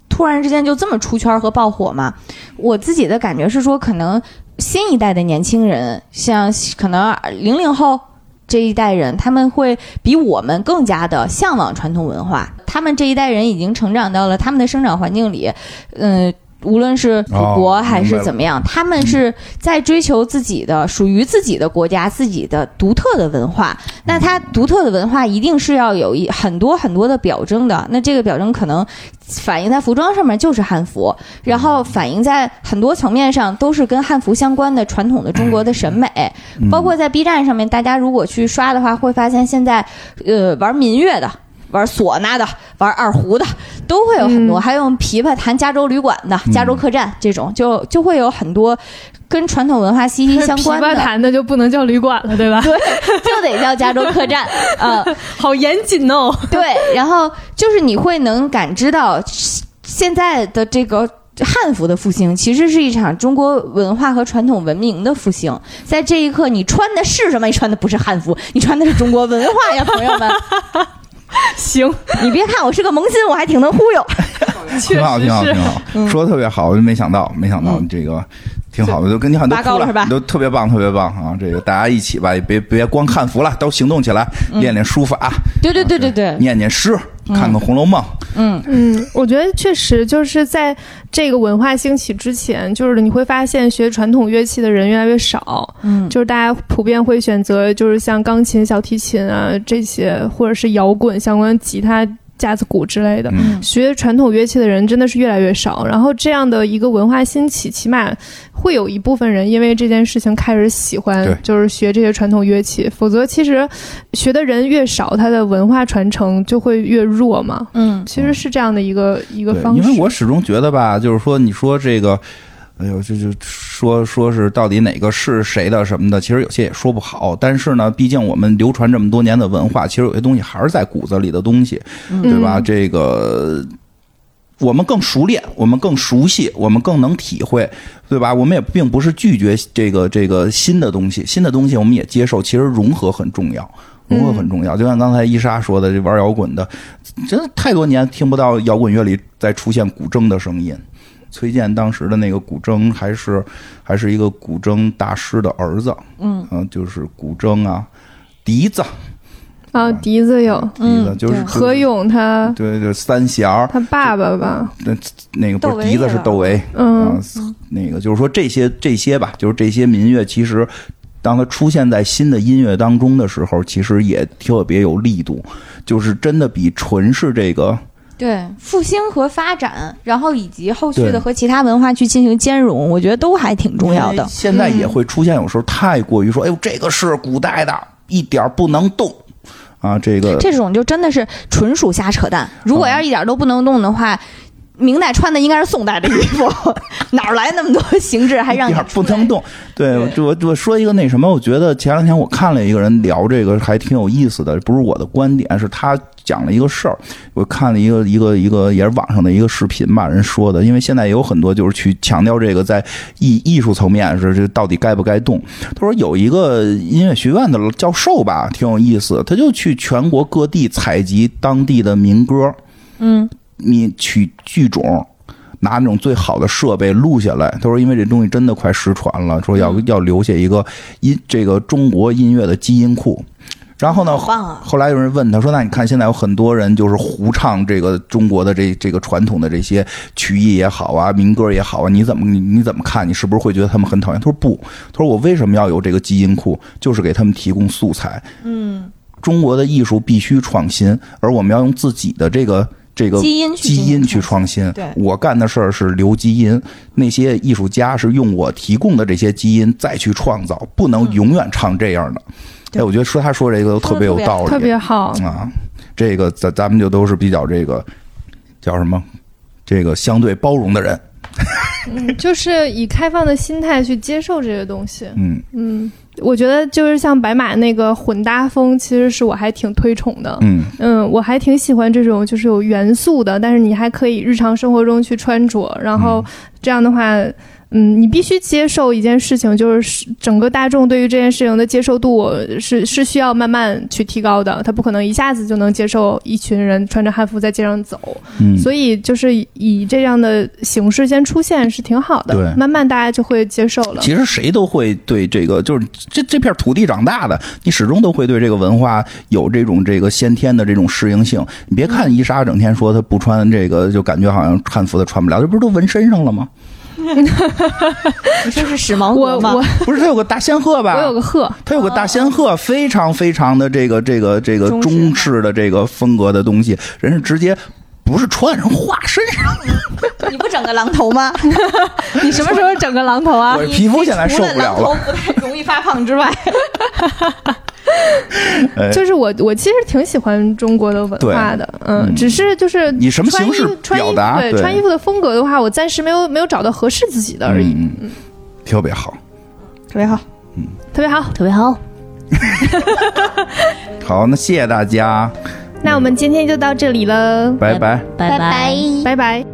Speaker 5: 突然之间就这么出圈和爆火嘛？我自己的感觉是说，可能新一代的年轻人，像可能零零后。这一代人他们会比我们更加的向往传统文化，他们这一代人已经成长到了他们的生长环境里，嗯、无论是祖国
Speaker 2: 哦
Speaker 5: 还
Speaker 2: 明白
Speaker 5: 是
Speaker 2: 了
Speaker 5: 怎么样，他们是在追求自己的属于自己的国家、自己的独特的文化，那它独特的文化一定是要有一很多很多的表征的。那这个表征可能反映在服装上面就是汉服，然后反映在很多层面上都是跟汉服相关的传统的中国的审美，
Speaker 2: 嗯
Speaker 5: 包括在 B 站上面，大家如果去刷的话，会发现现在呃玩民乐的。玩唢呐的，玩二胡的，都会有很多，
Speaker 8: 嗯
Speaker 5: 还有琵琶弹加州旅馆的、加州客栈这种，就就会有很多跟传统文化息息相关
Speaker 8: 琵琶
Speaker 5: 的，
Speaker 8: 弹的就不能叫旅馆了，对吧？
Speaker 5: 就得叫加州客栈。嗯，
Speaker 8: 好严谨哦。
Speaker 5: 对，然后就是你会能感知到现在的这个。汉服的复兴其实是一场中国文化和传统文明的复兴，在这一刻，你穿的是什么？你穿的不是汉服，你穿的是中国文化呀，朋友们！
Speaker 8: 行，
Speaker 5: 你别看我是个萌新，我还挺能忽悠。
Speaker 8: 确
Speaker 2: 挺好，
Speaker 8: 实
Speaker 2: 挺好，
Speaker 8: 是
Speaker 2: 挺。好，
Speaker 5: 嗯
Speaker 2: 说的特别好，我就没想到，没想到这个挺好的，都跟你很多
Speaker 5: 拔高了嗯是吧
Speaker 2: 都特别棒，特别棒啊！这个大家一起吧，也别别光看服了，都行动起来，练练书法，
Speaker 5: 嗯
Speaker 2: 啊
Speaker 5: 对对对对对，
Speaker 2: 念念诗，看看《红楼梦》。
Speaker 8: 嗯，我觉得确实就是在这个文化兴起之前，就是你会发现学传统乐器的人越来越少，
Speaker 5: 嗯
Speaker 8: 就是大家普遍会选择就是像钢琴、小提琴啊这些，或者是摇滚相关吉他、架子鼓之类的。
Speaker 2: 嗯
Speaker 8: 学传统乐器的人真的是越来越少，然后这样的一个文化兴起，起码会有一部分人因为这件事情开始喜
Speaker 2: 对
Speaker 8: 欢，就是学这些传统乐器。否则，其实学的人越少，他的文化传承就会越弱嘛。
Speaker 5: 嗯，
Speaker 8: 其实是这样的一个一个
Speaker 2: 对，
Speaker 8: 方式。
Speaker 2: 因为我始终觉得吧，就是说，你说这个，哎呦，这就说说是到底哪个是谁的什么的，其实有些也说不好。但是呢，毕竟我们流传这么多年的文化，其实有些东西还是在骨子里的东西，对吧？
Speaker 8: 嗯
Speaker 2: 这个。我们更熟练，我们更熟悉，我们更能体会，对吧？我们也并不是拒绝这个这个新的东西，新的东西我们也接受。其实融合很重要，融合很重要。就像刚才伊莎说的，这玩摇滚的，真的太多年听不到摇滚乐里再出现古筝的声音。崔健当时的那个古筝还是还是一个古筝大师的儿子，嗯就是古筝啊，笛子，
Speaker 8: 啊，笛子有
Speaker 2: 笛子就是就是
Speaker 8: 何勇他
Speaker 2: 对对，三弦儿，
Speaker 8: 他爸爸吧，
Speaker 2: 那个
Speaker 5: 窦
Speaker 2: 不
Speaker 5: 唯
Speaker 2: 是笛子
Speaker 5: 也
Speaker 2: 是
Speaker 5: 有
Speaker 2: 窦唯，
Speaker 8: 嗯，
Speaker 2: 啊，那个就是说这些这些吧，就是这些民乐，其实当它出现在新的音乐当中的时候，其实也特别有力度，就是真的比纯是这个
Speaker 5: 对，复兴和发展，然后以及后续
Speaker 2: 对
Speaker 5: 的和其他文化去进行兼容，我觉得都还挺重要
Speaker 2: 因为
Speaker 5: 的。嗯
Speaker 2: 现在也会出现有时候太过于说，哎呦，这个是古代的，一点儿不能动啊，这个
Speaker 5: 这种就真的是纯属瞎扯淡。如果要是一点都不能动的话，明代穿的应该是宋代的衣服， 哪儿来那么多形制还让
Speaker 2: 一
Speaker 5: 你
Speaker 2: 点儿不能动。对，我我我说一个那什么，我觉得前两天我看了一个人聊这个，还挺有意思的，不是我的观点，是他讲了一个事儿。我看了一个一个一个也是网上的一个视频吧，人说的，因为现在也有很多就是去强调这个在艺艺术层面是这到底该不该动。他说有一个音乐学院的教授吧，挺有意思，他就去全国各地采集当地的民歌，
Speaker 5: 嗯，
Speaker 2: 你取剧种，拿那种最好的设备录下来。他说，因为这东西真的快失传了，说要、
Speaker 5: 嗯
Speaker 2: 要留下一个音这个中国音乐的基因库。然后呢，
Speaker 5: 好棒啊
Speaker 2: 后来有人问他说：“那你看现在有很多人就是胡唱这个中国的这这个传统的这些曲艺也好啊，民歌也好啊，你怎么你你怎么看？你是不是会觉得他们很讨厌？”他说：“不，他说我为什么要有这个基因库？就是给他们提供素材。嗯，中国的艺术必须创新，而我们要用自己的这个这个
Speaker 5: 基因去进
Speaker 2: 基
Speaker 5: 行
Speaker 2: 因去创新。
Speaker 5: 对
Speaker 2: 我干的事儿是留基因，那些艺术家是用我提供的这些基因再去创造，不能永远唱这样的。
Speaker 5: 对
Speaker 2: 哎，我觉得说他说这个都特别有道理，
Speaker 8: 特别好。
Speaker 2: 啊，这个咱咱们就都是比较这个叫什么这个相对包容的人。
Speaker 8: 嗯，就是以开放的心态去接受这些东西。
Speaker 2: 嗯，
Speaker 8: 嗯，我觉得就是像白马那个混搭风，其实是我还挺推崇的。
Speaker 2: 嗯
Speaker 8: 嗯，我还挺喜欢这种就是有元素的，但是你还可以日常生活中去穿着，然后这样的话。嗯，你必须接受一件事情，就是整个大众对于这件事情的接受度呃是是需要慢慢去提高的，他不可能一下子就能接受一群人穿着汉服在街上走，
Speaker 2: 嗯，
Speaker 8: 所以就是以这样的形式先出现是挺好
Speaker 2: 对
Speaker 8: 的，慢慢大家就会接受了。
Speaker 2: 其实谁都会对这个，就是这这片土地长大的，你始终都会对这个文化有这种这个先天的这种适应性。你别看伊莎整天说她不穿这个，就感觉好像汉服她穿不了，这不是都纹身上了 吗？
Speaker 5: 你说是史盲
Speaker 8: 我
Speaker 5: 国吗？
Speaker 8: 我
Speaker 2: 不是，她有个大仙鹤吧？ 哎
Speaker 8: 我有个鹤，
Speaker 2: 它有个大 仙鹤，非常非常的这个这个这个
Speaker 5: 中式
Speaker 2: 中式的这个风格的东西，人是直接不是穿人画身上，
Speaker 5: 你不整个狼 头吗？
Speaker 1: 你什么时候整个狼头啊？
Speaker 2: 我皮肤现在受不了
Speaker 5: 除
Speaker 2: 了
Speaker 5: 狼。头不太容易发胖之外，
Speaker 2: 哎
Speaker 8: 就是我我其实挺喜欢中国的文化的，嗯，
Speaker 2: 嗯
Speaker 8: 只是就是
Speaker 2: 以什么
Speaker 8: 穿
Speaker 2: 形
Speaker 8: 衣
Speaker 2: 式
Speaker 8: 穿衣
Speaker 2: 表
Speaker 8: 服
Speaker 2: 达
Speaker 8: 对
Speaker 2: 对
Speaker 8: 穿衣服的风格的话，我暂时没有没有找到合适自己的而已，
Speaker 2: 嗯，嗯特别好。
Speaker 5: 特别好。
Speaker 8: 特别好。
Speaker 6: 特别好。
Speaker 2: 好，那谢谢大家，
Speaker 8: 那我们今天就到这里了，
Speaker 2: 拜拜。
Speaker 6: 拜
Speaker 5: 拜
Speaker 8: 拜拜。